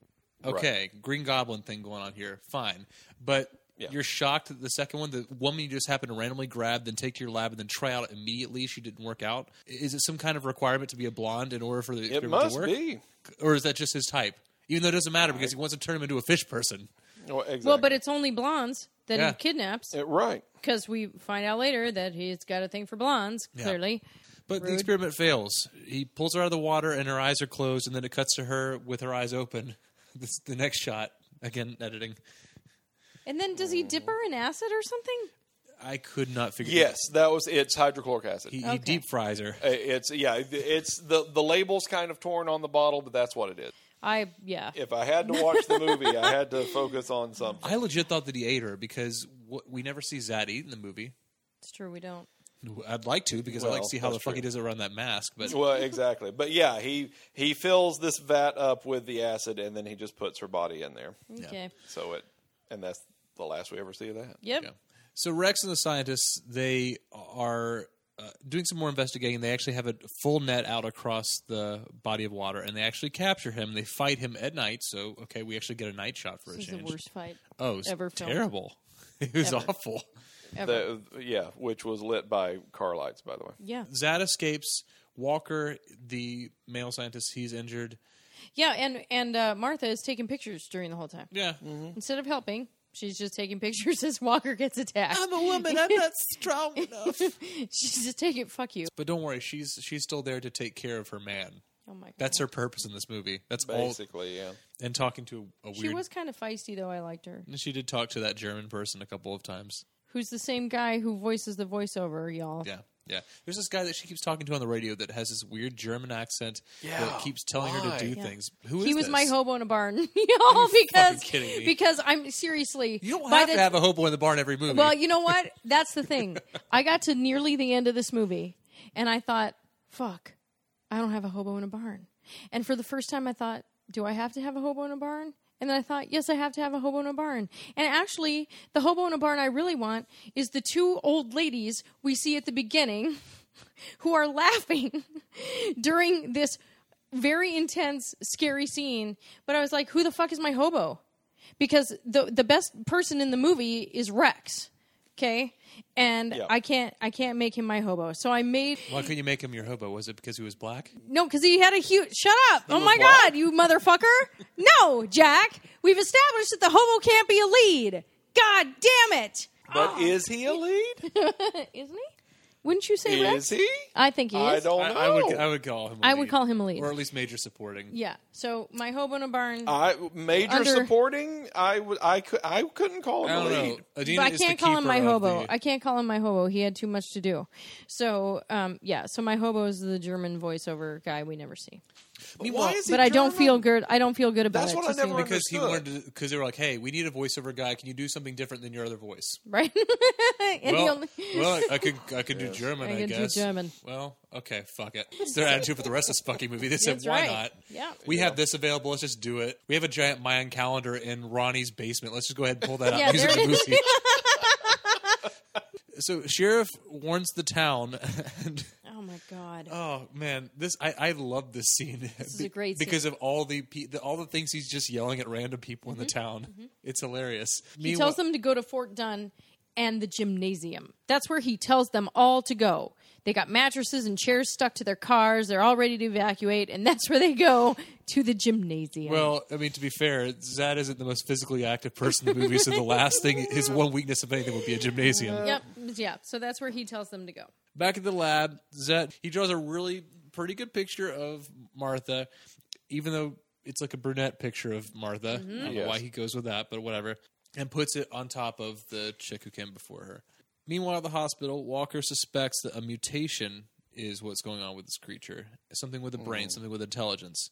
Okay, Green Goblin thing going on here, fine, but. Yeah. You're shocked that the second one, the woman you just happened to randomly grab, then take to your lab, and then try out immediately. She didn't work out. Is it some kind of requirement to be a blonde in order for the It experiment to must work, be. or is that just his type? Even though it doesn't matter because he wants to turn him into a fish person. Well, exactly. Well, but it's only blondes that Yeah. he kidnaps It- right. because we find out later that he's got a thing for blondes, clearly. But the Rude. experiment fails. He pulls her out of the water, and her eyes are closed, and then it cuts to her with her eyes open. This, the next shot, again, editing. And then does Mm. he dip her in acid or something? I could not figure. Yes, that was it's hydrochloric acid. he, he Okay. deep fries her. Uh, it's yeah, it's the the label's kind of torn on the bottle, but that's what it is. I, yeah. If I had to watch the movie, I had to focus on something. I legit thought that he ate her because what, we never see Zad eat in the movie. It's true, we don't. I'd like to because I like to Well, see how the that's fuck true. he does it around that mask. But Well, exactly. But yeah, he he fills this vat up with the acid, and then he just puts her body in there. Okay. So it, and that's the last we ever see of that. Yep. So Rex and the scientists they are uh, doing some more investigating. They actually have a full net out across the body of water, and they actually capture him. They fight him at night. So okay, we actually get a night shot for This a is the change. worst fight. oh, it's ever filmed. terrible. It was Ever. awful. Ever. The, yeah, which was lit by car lights, by the way. yeah. Zad escapes. Walker, the male scientist, he's injured. Yeah, and, and uh, Martha is taking pictures during the whole time. Yeah. Instead of helping, she's just taking pictures as Walker gets attacked. I'm a woman. I'm not strong enough. she's just taking, fuck you. But don't worry, she's she's still there to take care of her man. Oh my God. That's her purpose in this movie. That's all. Basically, yeah. And talking to a, a weird. She was kind of feisty, though. I liked her. She did talk to that German person a couple of times. Who's the same guy who voices the voiceover, y'all? Yeah, yeah. There's this guy that she keeps talking to on the radio that has this weird German accent Yeah, that keeps telling her why? to do Yeah. things. Who is He was this? my hobo in a barn, y'all, because kidding me. because I'm seriously. You don't by have the- to have a hobo in the barn every movie. Well, you know what? That's the thing. I got to nearly the end of this movie, and I thought, "Fuck, I don't have a hobo in a barn." And for the first time, I thought, "Do I have to have a hobo in a barn?" And then I thought, "Yes, I have to have a hobo in a barn." And actually, the hobo in a barn I really want is the two old ladies we see at the beginning, who are laughing during this very intense, scary scene. But I was like, "Who the fuck is my hobo?" because the the best person in the movie is Rex. Okay? And Yeah. I can't I can't make him my hobo. So I made Why couldn't you make him your hobo? Was it because he was black? no cuz he had a huge Shut up. oh my black? god, you motherfucker. no, Jack. We've established that the hobo can't be a lead. God damn it. But is he a lead? Isn't he? Wouldn't you say Rex? Is he? I think he I is. don't know. I, I would, I would call him. I Oh, I would call him a lead. or at least major supporting. yeah. So my hobo in a barn I major Under- supporting. I would. I could. I couldn't call I him a don't lead. know. Adina but I is the can't call him keeper my of hobo. the- I can't call him my hobo. He had too much to do. So um, yeah, so my hobo is the German voiceover guy we never see. Meanwhile- Why is he But I don't German? feel good. I don't feel good about That's it. what I just never saying. because he understood. wanted because they were like, "Hey, we need a voiceover guy. Can you do something different than your other voice?" right. and well, the only, well, I could I could do German. I I, can do guess German. Well, okay, fuck it. It's their attitude for the rest of this fucking movie. They said, That's "Why right. not?" Yeah. We have this available. Let's just do it. We have a giant Mayan calendar in Ronnie's basement. Let's just go ahead and pull that out. Yeah, and use it there in the movie. so sheriff warns the town, and oh my god. oh man, this I, I love this scene. This is a great scene. because of all the, pe- the all the things he's just yelling at random people in the town. It's hilarious. Mm-hmm. he tells them to go to Fort Dunn and the gymnasium. That's where he tells them all to go. They got mattresses and chairs stuck to their cars. They're all ready to evacuate, and that's where they go to the gymnasium. Well, I mean, to be fair, Zad isn't the most physically active person in the movie, so the last thing, his one weakness, if anything, would be a gymnasium. yep, yeah. So that's where he tells them to go. Back at the lab, Zed he draws a really pretty good picture of Martha, even though it's like a brunette picture of Martha. I don't know Yes. why he goes with that, but whatever. And puts it on top of the chick who came before her. Meanwhile, at the hospital, Walker suspects that a mutation is what's going on with this creature. Something with a brain, something with intelligence.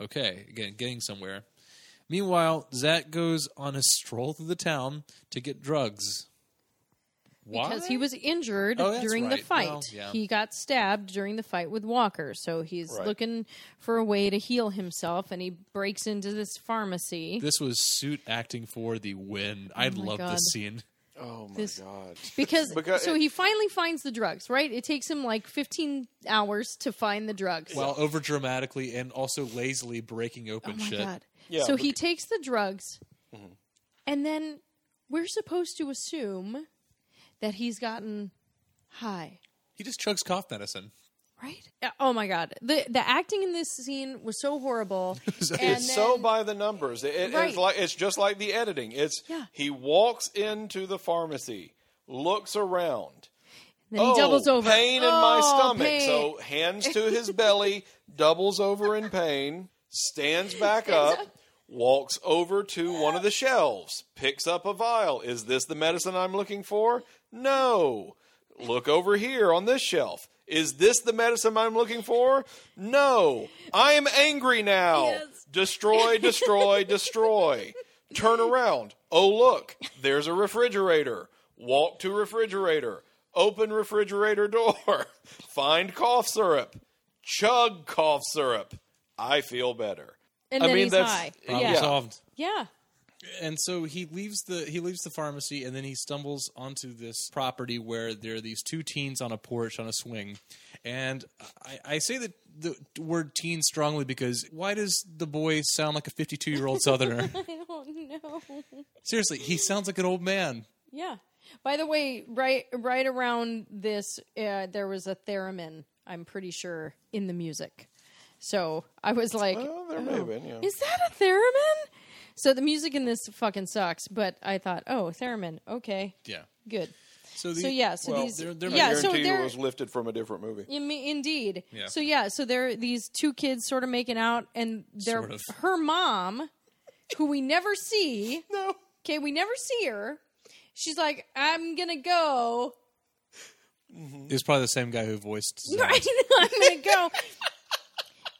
Okay, again, getting somewhere. Meanwhile, Zat goes on a stroll through the town to get drugs. Why? Because he was injured Oh, that's during the right. fight. Well, yeah. He got stabbed during the fight with Walker, so he's Right. looking for a way to heal himself, and he breaks into this pharmacy. This was suit acting for the win. I my love God. this scene. Oh my This- god. because, Because so it- he finally finds the drugs, right? It takes him like 15 hours to find the drugs. While over dramatically and also lazily breaking open oh my shit. god. Yeah, so he takes the drugs Mm-hmm. and then we're supposed to assume that he's gotten high. He just chugs cough medicine. Right? Uh, Oh my god. The the acting in this scene was so horrible. And It's so then- by the numbers. It, it- Right. It's like it's just like the editing. It's Yeah. he walks into the pharmacy, looks around. Then he doubles over. Oh, Pain in my Oh, stomach. pain. So hands to his belly, doubles over in pain, stands back Stands up, up. walks over to one of the shelves, picks up a vial. Is this the medicine I'm looking for? No. Look over here on this shelf. Is this the medicine I'm looking for? No. I am angry now. Yes. Destroy, destroy, destroy. Turn around. Oh, look, there's a refrigerator. Walk to refrigerator. Open refrigerator door. Find cough syrup. Chug cough syrup. I feel better. and I then mean, he's that's- high. Problem yeah. solved. yeah. And so he leaves the he leaves the pharmacy and then he stumbles onto this property where there are these two teens on a porch on a swing. And I, I say the, the word teen strongly because why does the boy sound like a fifty two year old southerner? I don't know. Seriously, he sounds like an old man. Yeah. By the way, right right around this uh, there was a theremin, I'm pretty sure, in the music. So, I was like Well, there may have been, yeah. Is that a theremin? So the music in this fucking sucks, but I thought, oh, theremin, okay, Yeah. good. So, the, So yeah, so well, these they're- they're- yeah, I so guarantee you it they're was lifted from a different movie. in, indeed. Yeah. So yeah, so there are these two kids sort of making out, and they're Sort of. her mom, who we never see. No. Okay, we never see her. She's like, I'm gonna go. It was probably the same guy who voiced. Zed. I know, I'm gonna go.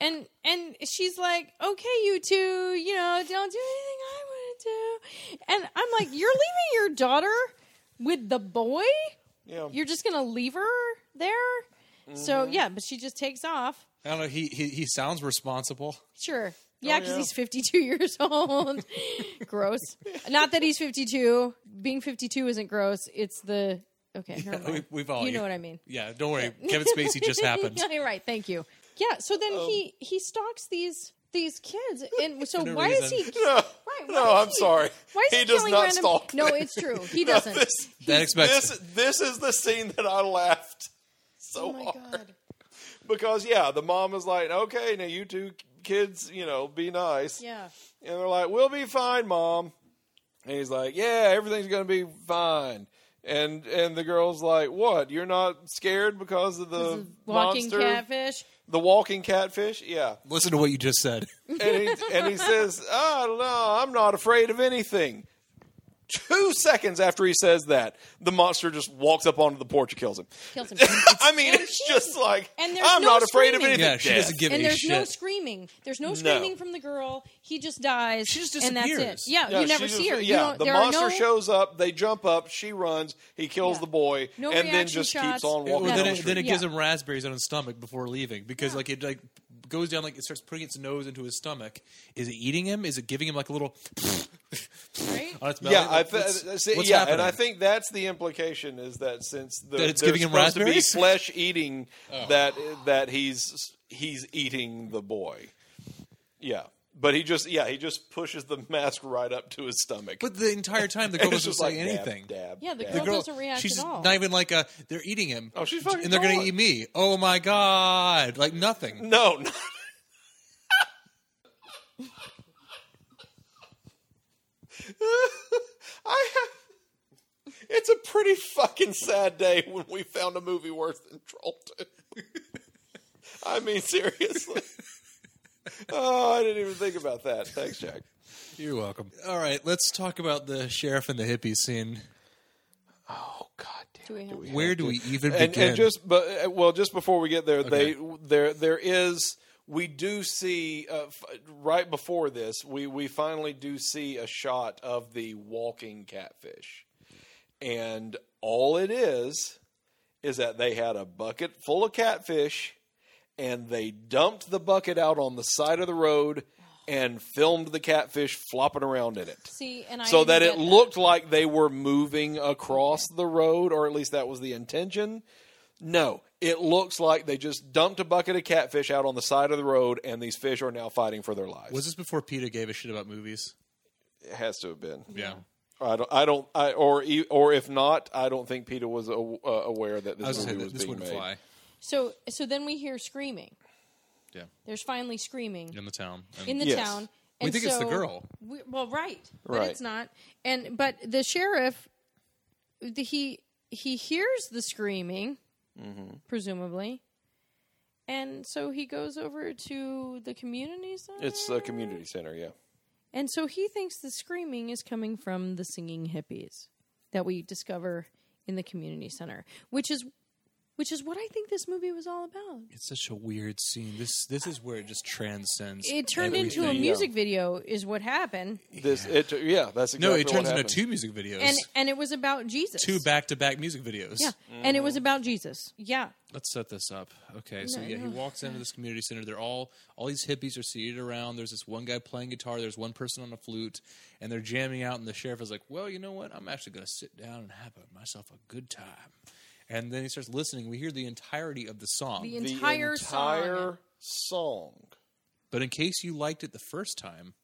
And and she's like, okay, you two, you know, don't do anything I want to do. And I'm like, you're leaving your daughter with the boy? Yeah. You're just gonna leave her there? So Mm-hmm. yeah, but she just takes off. I don't know. He he, he sounds responsible. Sure. Yeah, because Oh, yeah. he's 52 years old. gross. Not that he's 52. Being 52 isn't gross. It's the okay. never mind. We, we've all you know what I mean. Yeah, don't worry. Kevin Spacey just happened. Yeah, you're right. Thank you. Yeah. So then he he stalks these these kids, and so no why is he? reason. Um, No, Right, why no is I'm he- sorry. Why is he, he does killing not random? stalk. No, them. it's true. He No, doesn't. This, That expects. this, this is the scene that I laughed so oh my hard. god. Because, yeah, the mom is like, okay, now you two kids, you know, be nice. Yeah. And they're like, "We'll be fine, mom." And he's like, "Yeah, everything's gonna be fine." And and the girl's like, "What? You're not scared because of the Walking monster, catfish. the walking catfish?" Yeah. Listen to what you just said. And he and he says, "Oh no, I'm not afraid of anything." Two seconds after he says that, the monster just walks up onto the porch and kills him. Kills him. I mean, And it's she- just like and there's I'm no not afraid of screaming. anything. Yeah, she Death. doesn't give and a there's shit. no screaming. There's no screaming from the girl. He just dies. She just And disappears. that's it. Yeah, Yeah, you never she see just- her. You Yeah, don't- the there monster are no, shows up. They jump up. She runs. He kills Yeah. the boy, No and then reaction just shots. keeps on Yeah, Or walking. well, down then the it, street. then it Yeah. gives him raspberries on his stomach before leaving because like it like goes down like it starts putting its nose into his stomach. Is it eating him? Is it giving him like a little Right? on its belly? yeah, I Like, th- what's- uh, see, what's yeah, happening? and I think that's the implication is that since the, That it's they're giving him supposed raspberries? Oh. to be flesh eating, that that he's he's eating the boy. Yeah, But he just, yeah, he just pushes the mask right up to his stomach. But the entire time, the girl And doesn't just say like, dab, anything. Dab, Yeah, the dab. girl, Girl, doesn't react she's at all. not even like a. They're eating him. Oh, she's fucking and they're gonna gone. eat me. Oh my god! Like nothing. No, no. I have. It's a pretty fucking sad day when we found a movie worse than Troll 2. I mean, seriously. Oh, I didn't even think about that. Thanks, Jack. You're welcome. All right, let's talk about the sheriff and the hippie scene. Oh, God damn. Do we have- Where do we even and, begin? and just but uh, well, just before we get there, Okay. they there there is we do see uh, f- right before this we we finally do see a shot of the walking catfish, and all it is is that they had a bucket full of catfish, and they dumped the bucket out on the side of the road and filmed the catfish flopping around in it See, and I so didn't that get it looked like they were moving across the road, or at least that was the intention. No, it looks like they just dumped a bucket of catfish out on the side of the road, and these fish are now fighting for their lives. was this before PETA gave a shit about movies? it has to have been. Yeah. I don't. I don't. I, or e- or if not, I don't think Peter was a, uh, aware that I was this gonna movie say was that this being wouldn't made. fly So so then we hear screaming. Yeah. There's finally screaming in the town. And in the Yes. town. We and think it's the so- girl. we- well, right, but Right. it's not. And but the sheriff, the, he he hears the screaming, Mm-hmm. presumably, and so he goes over to the community center. It's a community center. Yeah. and so he thinks the screaming is coming from the singing hippies that we discover in the community center, which is which is what I think this movie was all about. it's such a weird scene. This this is where it just transcends. It turned into a everything. music video, is what happened, This. It. Yeah. That's exactly No, it what turns into happened. two music videos. and and it was about Jesus. two back to back music videos. Yeah, and it was about Jesus. Yeah, Let's set this up. Okay, so yeah, he walks into this community center. They're all all these hippies are seated around. There's this one guy playing guitar. There's one person on a flute, and they're jamming out. And the sheriff is like, "Well, you know what? I'm actually going to sit down and have a, myself a good time." And then he starts listening. We hear the entirety of Uh, the song. the The entire, song. entire song. but in case you liked it the first time,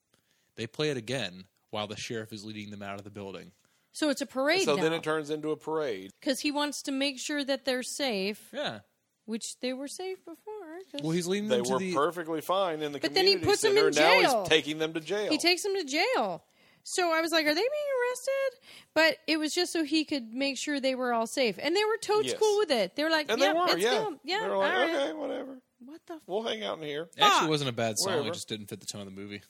they play it again while the sheriff is leading them out of the building. So it's a parade So now then it turns into a parade. because he wants to make sure that they're safe, Yeah. which they were safe before. 'cause Well, he's leading They them to were the perfectly fine in the But then he community puts them center. in Now jail. he's taking them to jail. he takes them to jail. So I was like, "Are they being arrested?" But it was just so he could make sure they were all safe, and they were totes Yes. cool with it. They were like, and "Yeah, they were, let's yeah, film. yeah, They were like, all right. okay, whatever. What the? F- We'll hang out in here. Actually, Fuck. it wasn't a bad song. It Wherever. just didn't fit the tone of the movie.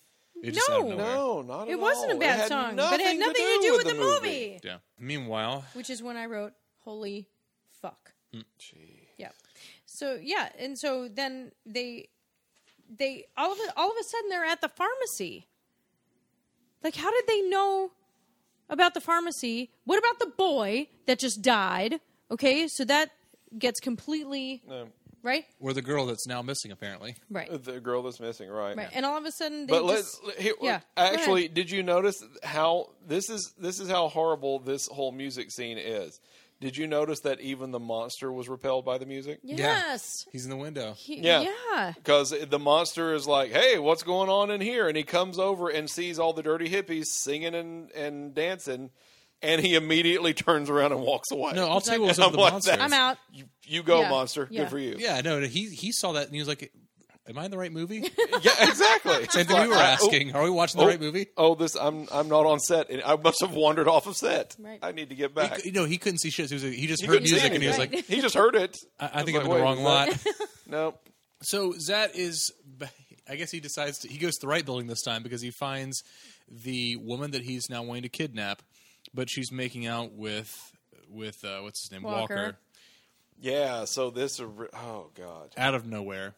It just out of No. nowhere. No, not at it wasn't all. a bad had song, but it had nothing to do, with, the movie. Yeah. Meanwhile, which is when I wrote "Holy fuck." Yeah. So yeah, and so then they they all of a, all of a sudden they're at the pharmacy. Like, how did they know about the pharmacy? What about the boy that just died? Okay, so that gets completely Um, right, or the girl that's now missing apparently. right, The girl that's missing, right? right, and all of a sudden they uh, But let's just let- here, yeah. actually, did you notice how this is? This is how horrible this whole music scene is. Did you notice that even the monster was repelled by the music? yes, He's in the window. He- Yeah. yeah. Because the monster is like, "Hey, what's going on in here?" And he comes over and sees all the dirty hippies singing and, and dancing, and he immediately turns around and walks away. No, I'll tell you what was I'm up with the like, monster. I'm that's- out. You, you go, Yeah, monster. yeah. Good for you. Yeah, no, no, he he saw that and he was like, "Am I in the right movie?" Yeah, exactly. Same thing we were Like, I- asking. Are we watching Oh, the right movie? Oh, this I'm I'm not on set. And I must have wandered off of set. Right. I need to get He back. cou- no, he couldn't see shit. so He, was, he just He heard couldn't see music and he was anything. like, Right. he just heard it. "I, I think I'm in was like, the wait, wrong is lot." that- No, so Zat is, I guess he decides to, he goes to the right building this time because he finds the woman that he's now wanting to kidnap, but she's making out with with uh, what's his name Walker. yeah. So this, or- oh god, out of nowhere.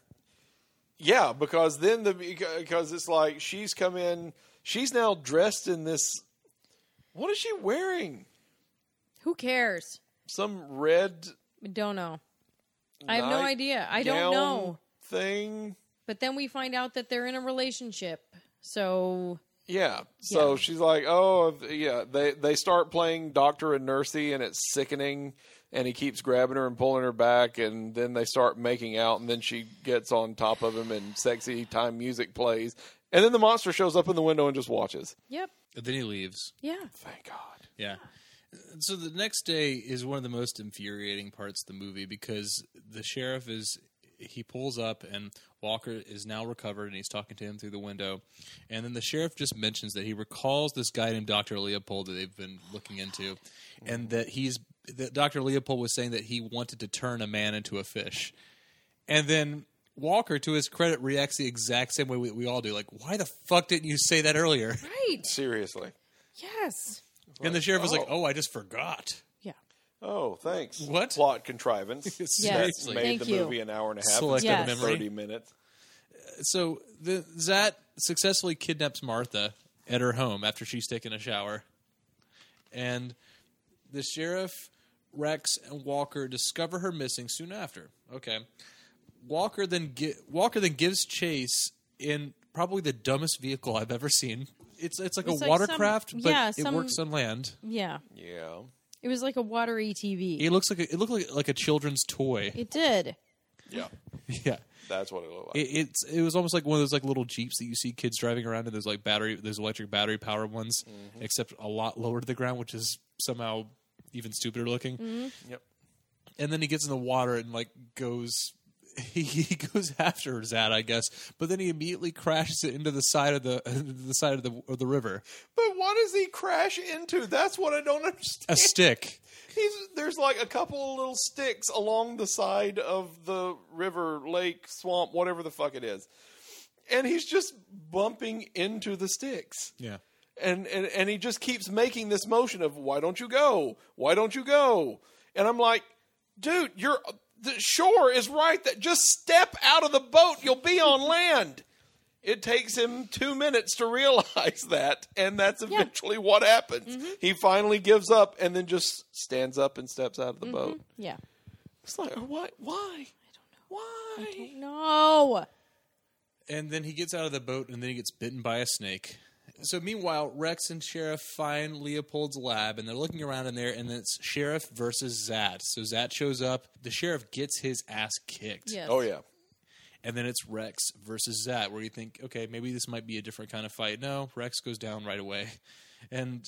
Yeah, because then the because it's like she's come in. She's now dressed in this. What is she wearing? Who cares? Some red. Don't know. I have no night idea. I don't gown know. Thing. But then we find out that they're in a relationship. So Yeah. So Yeah. she's like, oh yeah. They they start playing doctor and nursey, and it's sickening. And he keeps grabbing her and pulling her back, and then they start making out, and then she gets on top of him, and sexy time music plays, And then the monster shows up in the window and just watches. Yep. And then he leaves. Yeah. Thank God. Yeah. And So the next day is one of the most infuriating parts of the movie because the sheriff is he pulls up and Walker is now recovered and he's talking to him through the window. And then the sheriff just mentions that he recalls this guy named Dr. Leopold that they've been looking into and that he's that Dr. Leopold was saying that he wanted to turn a man into a fish. And then Walker, to his credit, reacts the exact same way we, we all do. Like, why the fuck didn't you say that earlier? Right. Seriously. Yes. And the sheriff was like, oh. "Oh, I just forgot." Yeah. Oh, thanks. What? Plot contrivance. Yes. Made Seriously. Thank the you. movie an hour and a half. Selective instead of Yes. memory. 30 minutes. So the Zat successfully kidnaps Martha at her home after she's taken a shower, and the sheriff, Rex, and Walker discover her missing soon after. Okay, Walker then gi- Walker then gives chase in probably the dumbest vehicle I've ever seen. It's it's like It's a like watercraft, some- but yeah, it some- works on land. Yeah. Yeah. It was like a water ETV. It looks like a, it looked like, like a children's toy. it did. Yeah. yeah. That's what it looked it, like. it's it was almost like one of those like little jeeps that you see kids driving around in those like battery those electric battery powered ones, except a lot lower to the ground, which is somehow even stupider looking. Yep. And then he gets in the water and like goes. He, he goes after Zad, I guess, but then he immediately crashes it into the side of the into the side of the of the river. But what does he crash into? That's what I don't A understand. stick. He's, there's like a couple of little sticks along the side of the river, lake, swamp, whatever the fuck it is. And he's just bumping into the sticks. Yeah. And, and and he just keeps making this motion of why don't you go? Why don't you go? And I'm like, dude, you're the shore is right that just step out of the boat, you'll be on land. It takes him two minutes to realize that, and that's eventually what happens. He finally gives up and then just stands up and steps out of the boat. Yeah. It's like, what? Why? Mm-hmm. I don't know. Why? No. And then he gets out of the boat and then he gets bitten by a snake. So meanwhile, Rex and Sheriff find Leopold's lab and they're looking around in there and then it's Sheriff versus Zat. So Zat shows up, the sheriff gets his ass kicked. Yes. Oh yeah. And then it's Rex versus Zat where you think, okay, maybe this might be a different kind of fight. No, Rex goes down right away. And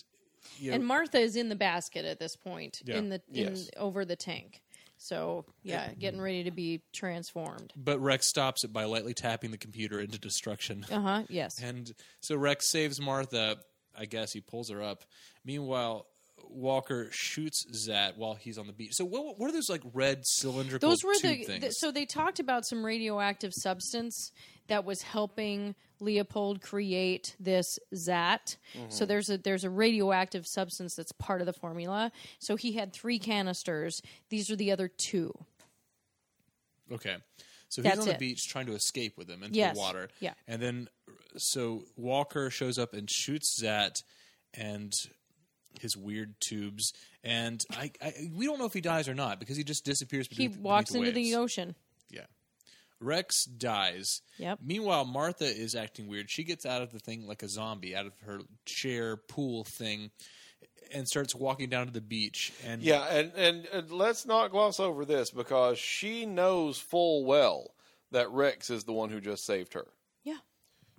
you know, And Martha is in the basket at this point Yeah. in the in Yes. over the tank. So yeah, getting ready to be transformed. but Rex stops it by lightly tapping the computer into destruction. Uh huh. Yes. And so Rex saves Martha. I guess he pulls her up. Meanwhile, Walker shoots Zat while he's on the beach. So what, what are those like red cylindrical Those were tube the, oh, things? the so they talked about some radioactive substance that was helping Leopold create this Zat. Mm-hmm. So there's a there's a radioactive substance that's part of the formula. So he had three canisters. These are the other two. okay. So he's That's on the it. beach trying to escape with them into Yes. the water. Yeah. And then so Walker shows up and shoots Zat and his weird tubes and I, I we don't know if he dies or not because he just disappears He beneath, walks beneath into the waves. ocean. Yeah. Rex dies. Yep. Meanwhile, Martha is acting weird. She gets out of the thing like a zombie, out of her chair pool thing, and starts walking down to the beach. And Yeah, and, and and let's not gloss over this because she knows full well that Rex is the one who just saved her. Yeah.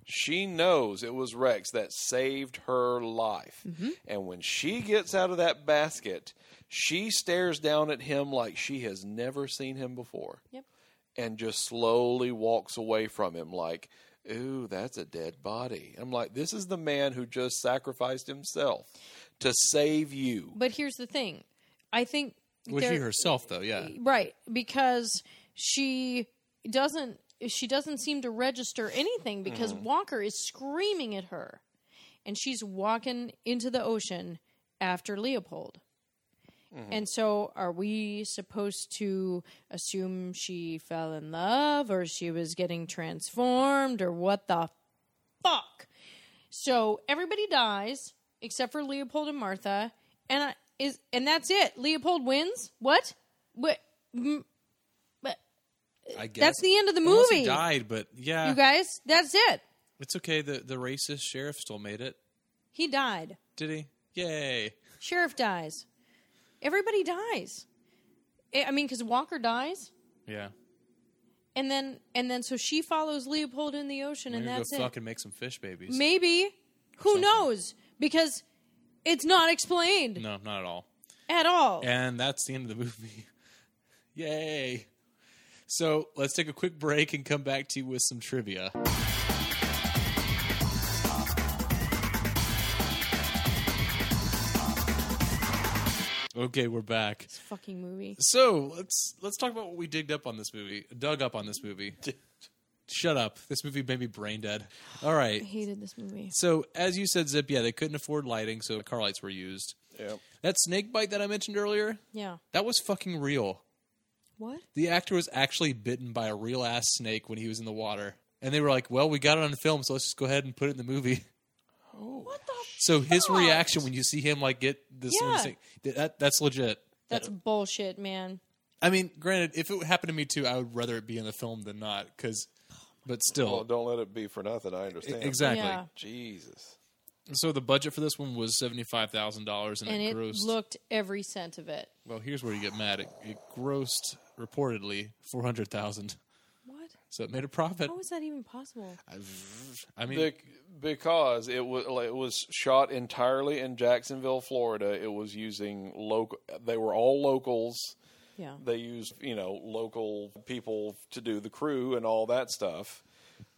She knows it was Rex that saved her life. And when she gets out of that basket, she stares down at him like she has never seen him before. Yep. And just slowly walks away from him like, ooh, that's a dead body. I'm like, this is the man who just sacrificed himself to save you. But here's the thing. I think was she there- herself though? Yeah. Right, because she doesn't she doesn't seem to register anything because Walker is screaming at her and she's walking into the ocean after Leopold. And so are we supposed to assume she fell in love or she was getting transformed or what the fuck? So everybody dies except for Leopold and Martha, and I, is and that's it. Leopold wins. What? What? Mm, I guess That's the end of the Unless he movie. died, but yeah, You guys, that's it. it's okay. The the racist sheriff still made it. He died. Did he? Yay! Sheriff dies. Everybody dies. I I mean, because Walker dies, Yeah. and then and then so she follows Leopold in the ocean, I'm and gonna that's go it. fucking make some fish babies. Maybe who knows? Because it's not explained no, not at all. at all. And that's the end of the movie. Yay. So let's take a quick break and come back to you with some trivia. Okay, we're back. This fucking movie. So let's let's talk about what we digged up on this movie, dug up on this movie. Shut up! This movie made me brain dead. All right. I hated this movie. So as you said, Zip, yeah, they couldn't afford lighting, so car lights were used. Yep. That snake bite that I mentioned earlier, Yeah. that was fucking real. What? The actor was actually bitten by a real ass snake when he was in the water. And they were like, well, we got it on film, so let's just go ahead and put it in the movie. What the? So his Fuck. reaction when you see him like get this Yeah. snake, that- that, that's legit. That's bullshit, man. I mean, granted, if it happened to me too, I would rather it be in the film than not. Because, but Well, still, don't let it be for nothing. E-, I understand. exactly. Yeah. Jesus. So the budget for this one was seventy five thousand dollars, and, And it it grossed. looked every cent of it. well, here's where you get mad. It, it grossed reportedly four hundred thousand, What? so it made a profit. How is that even possible? I mean, Bec- because it was it was shot entirely in Jacksonville, Florida. It was using local. They were all locals. Yeah. They used you know local people to do the crew and all that stuff,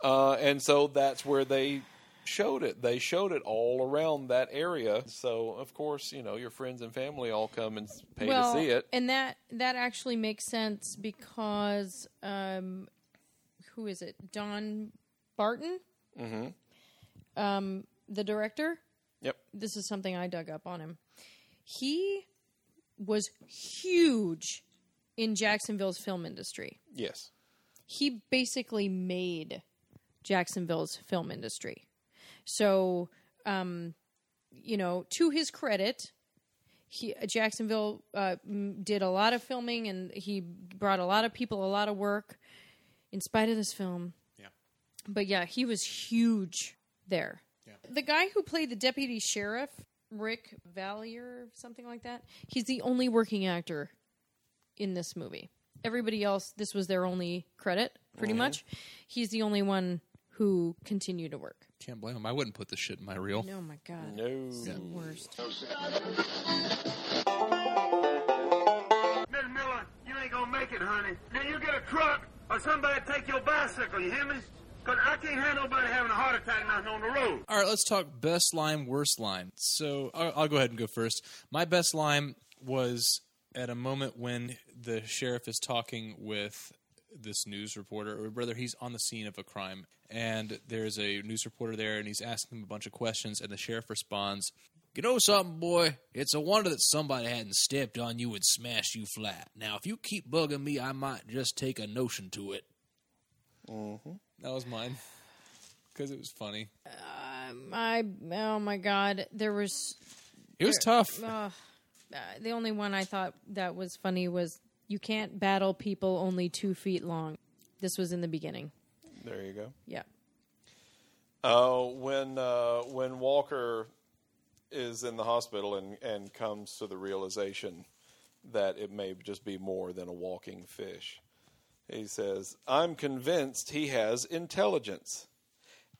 uh, and so that's where they showed it. They showed it all around that area. So of course you know your friends and family all come and s- pay well, to see it. and that that actually makes sense because um, who is it? Don Barton, mm-hmm. Mm-hmm. um, the director. Yep. This is something I dug up on him. He was huge in Jacksonville's film industry. Yes. he basically made Jacksonville's film industry. So, um, you know, to his credit, he Jacksonville uh, m- did a lot of filming and he brought a lot of people a lot of work in spite of this film. Yeah. But yeah, he was huge there. The guy who played the deputy sheriff, Rick Valier, something like that, he's the only working actor in this movie. Everybody else, this was their only credit, pretty much. He's the only one who continued to work. can't blame him. I wouldn't put this shit in my reel. Oh my god, No. it's the worst. Miss Miller, you ain't gonna make it, honey. Now you get a truck or somebody take your bicycle, you hear me? Cause I can't have nobody having a heart attack nothing on the road. All right, let's talk best line, worst line. So I'll, I'll go ahead and go first. My best line was at a moment when the sheriff is talking with this news reporter, or rather, he's on the scene of a crime, and there's a news reporter there, and he's asking him a bunch of questions, and the sheriff responds, "You know something, boy? It's a wonder that somebody hadn't stepped on you and smashed you flat. Now, if you keep bugging me, I might just take a notion to it." That was mine because it was funny. I oh my god, there was It was tough. uh, the only one I thought that was funny was you can't battle people only two feet long. This was in the beginning. There you go. Yeah, Uh, when uh, when Walker is in the hospital and, and comes to the realization that it may just be more than a walking fish, he says, "I'm convinced he has intelligence,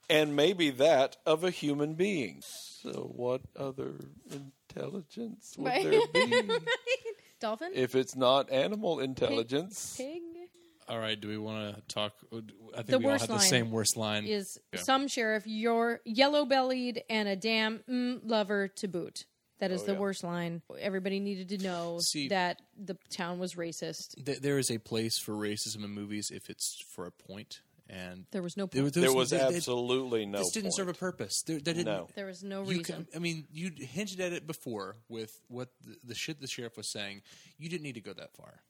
and maybe that of a human being. So, what other intelligence would Right. there be dolphin, if it's not animal intelligence?" pig All right. Do we want to talk? I think The we all worst have the line same worst line. is Mm, Yeah. some sheriff, your yellow bellied and a damn mm, lover to boot. That is the worst line. Everybody needed to know Oh, See- that the town was racist. Th- there is a place for racism in movies if it's for a point, and There was no There was- point. There was There- there- absolutely no. this didn't serve a point. purpose. There, there didn't. No. There was no You reason. can, I mean, you hinted at it before with what the, the shit the sheriff was saying. You didn't need to go that far.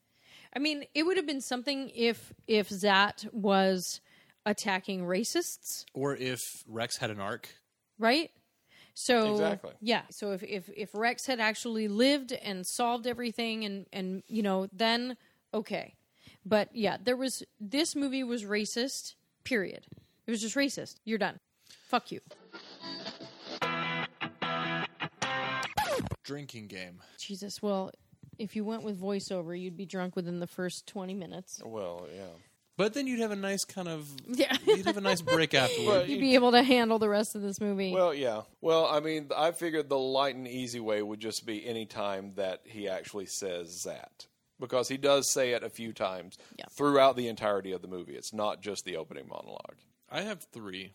I mean, it would have been something if if Zat was attacking racists, Or if Rex had an arc, right? So Exactly. yeah. So if, if if Rex had actually lived and solved everything and and you know, then okay. But yeah, there was this movie was racist, period. It was just racist. You're done. Fuck you. drinking game. Jesus. Well, if you went with voiceover, you'd be drunk within the first 20 minutes. Well, yeah. But then you'd have a nice kind of Yeah. you'd have a nice break afterward. You'd be able to handle the rest of this movie. Well, yeah. Well, I mean, I figured the light and easy way would just be any time that he actually says that. Because he does say it a few times Yeah. throughout the entirety of the movie. It's not just the opening monologue. I have three.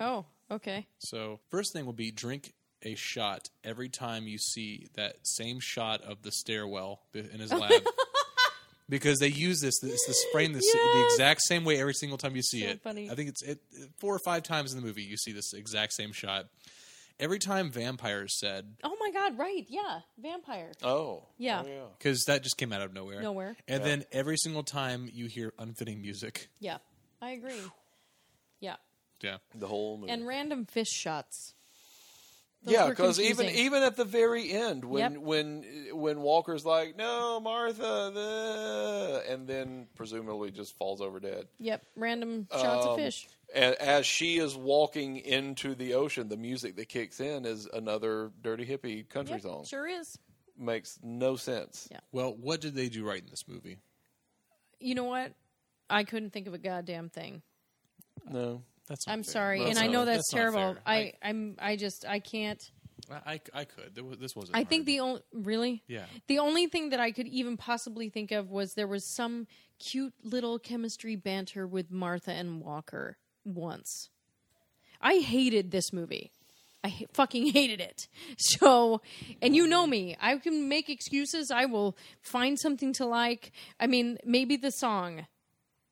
oh, okay. So first thing will be drink a shot every time you see that same shot of the stairwell b- in his lab. Because they use this, this, this frame this, the Yes. exact same way every single time you see So it. funny. I think it's it, four or five times in the movie you see this exact same shot. Every time vampires said, Oh my god, right. Yeah. Vampire. Oh. Yeah. Oh, yeah. because that just came out of nowhere. Nowhere. And then every single time you hear unfitting music. Yeah. I agree. Yeah. Yeah. The whole movie. And random fish shots. Those yeah, were because even confusing. even at the very end, when Yep. when when Walker's like, "No, Martha," the-" and then presumably just falls over dead. Yep, random shots of Um, fish. a- as she is walking into the ocean, the music that kicks in is another dirty hippie country Yep, song. sure is. Makes no sense. Yeah. Well, what did they do right in this movie? You know what? I couldn't think of a goddamn thing. No. That's not I'm fair. sorry, That's and I not- know that's, not terrible. fair. I, I'm I just I can't. I, I, I could. There was, this wasn't. I think hard. the only really Yeah. the only thing that I could even possibly think of was there was some cute little chemistry banter with Martha and Walker once. I hated this movie. I ha- fucking hated it. So, and you know me, I can make excuses. I will find something to like. I mean, maybe the song.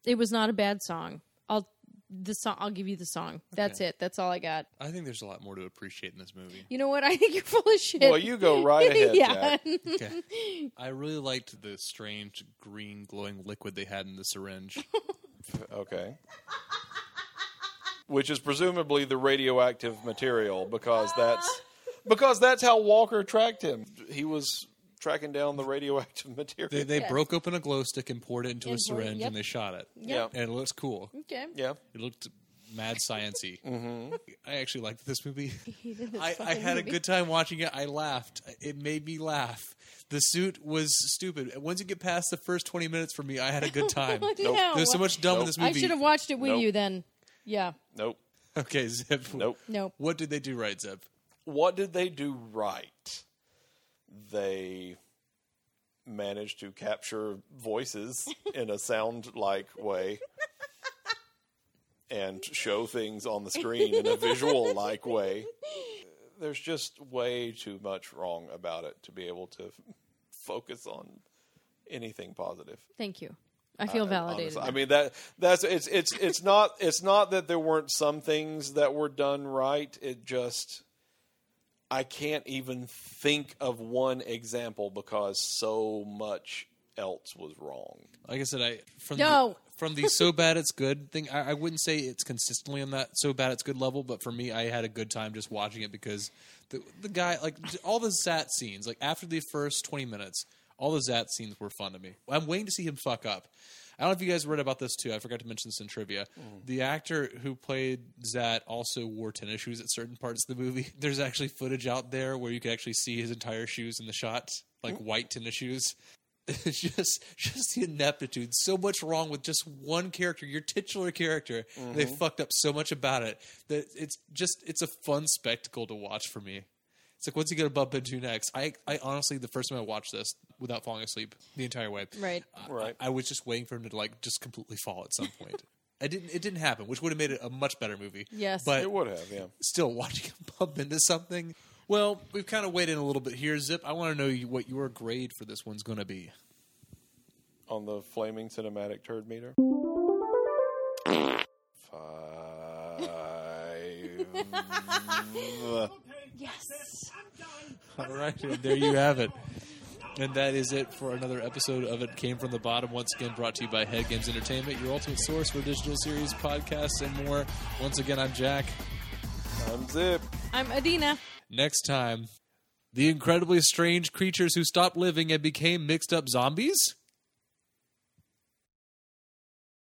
It was not a bad song. I'll the song. I'll give you the song. That's it. That's all I got. I think there's a lot more to appreciate in this movie. You know what? I think you're full of shit. Well, you go right ahead, yeah. Jack. Okay. I really liked the strange green glowing liquid they had in the syringe. Okay. Which is presumably the radioactive material because that's because that's how Walker tracked him. He was tracking down the radioactive material. they they broke open a glow stick and poured it into a And poured it- syringe yep. and they shot it. yeah. And it looks cool. Okay. Yeah. It looked mad sciency. I actually liked this movie. hated this I, I fucking had movie. a good time watching it. I laughed. It made me laugh. The suit was stupid. Once you get past the first twenty minutes for me, I had a good time. No. There's so much dumb in this I movie. should have watched it with Nope. you then. Yeah. Nope. Okay, Zip. Nope. Nope. What did they do right, Zip? what did they do right? They managed to capture voices in a sound like way and show things on the screen in a visual like way. There's just way too much wrong about it to be able to focus on anything positive. Thank you. I feel validated. Honestly, I mean that that's it's it's it's not it's not that there weren't some things that were done right. It just I can't even think of one example because so much else was wrong. Like I said, I from No. the, from the so bad it's good thing. I, I wouldn't say it's consistently on that so bad it's good level, but for me, I had a good time just watching it because the the guy like j- all the Zat scenes. Like after the first twenty minutes, all the Zat scenes were fun to me. I'm waiting to see him fuck up. I don't know if you guys read about this too. I forgot to mention this in trivia. The actor who played Zat also wore tennis shoes at certain parts of the movie. There's actually footage out there where you can actually see his entire shoes in the shot, like white tennis shoes. It's just just the ineptitude. So much wrong with just one character, your titular character. They fucked up so much about it that it's just it's a fun spectacle to watch for me. It's like what's he gonna bump into next? I I honestly the first time I watched this without falling asleep the entire way. right. I- Right. I, was just waiting for him to like just completely fall at some point. I didn't it didn't happen, which would have made it a much better movie. Yes. But It would have, yeah. still watching him bump into something. Well, we've kind of waited a little bit here, Zip. I want to know you, what your grade for this one's going to be. On the flaming cinematic turd meter. Five. Yes. All right, and there you have it. And that is it for another episode of It Came From The Bottom, once again brought to you by Head Games Entertainment, your ultimate source for digital series, podcasts, and more. Once again, I'm Jack. I'm Zip. I'm Adina. Next time, the incredibly strange creatures who stopped living and became mixed up zombies?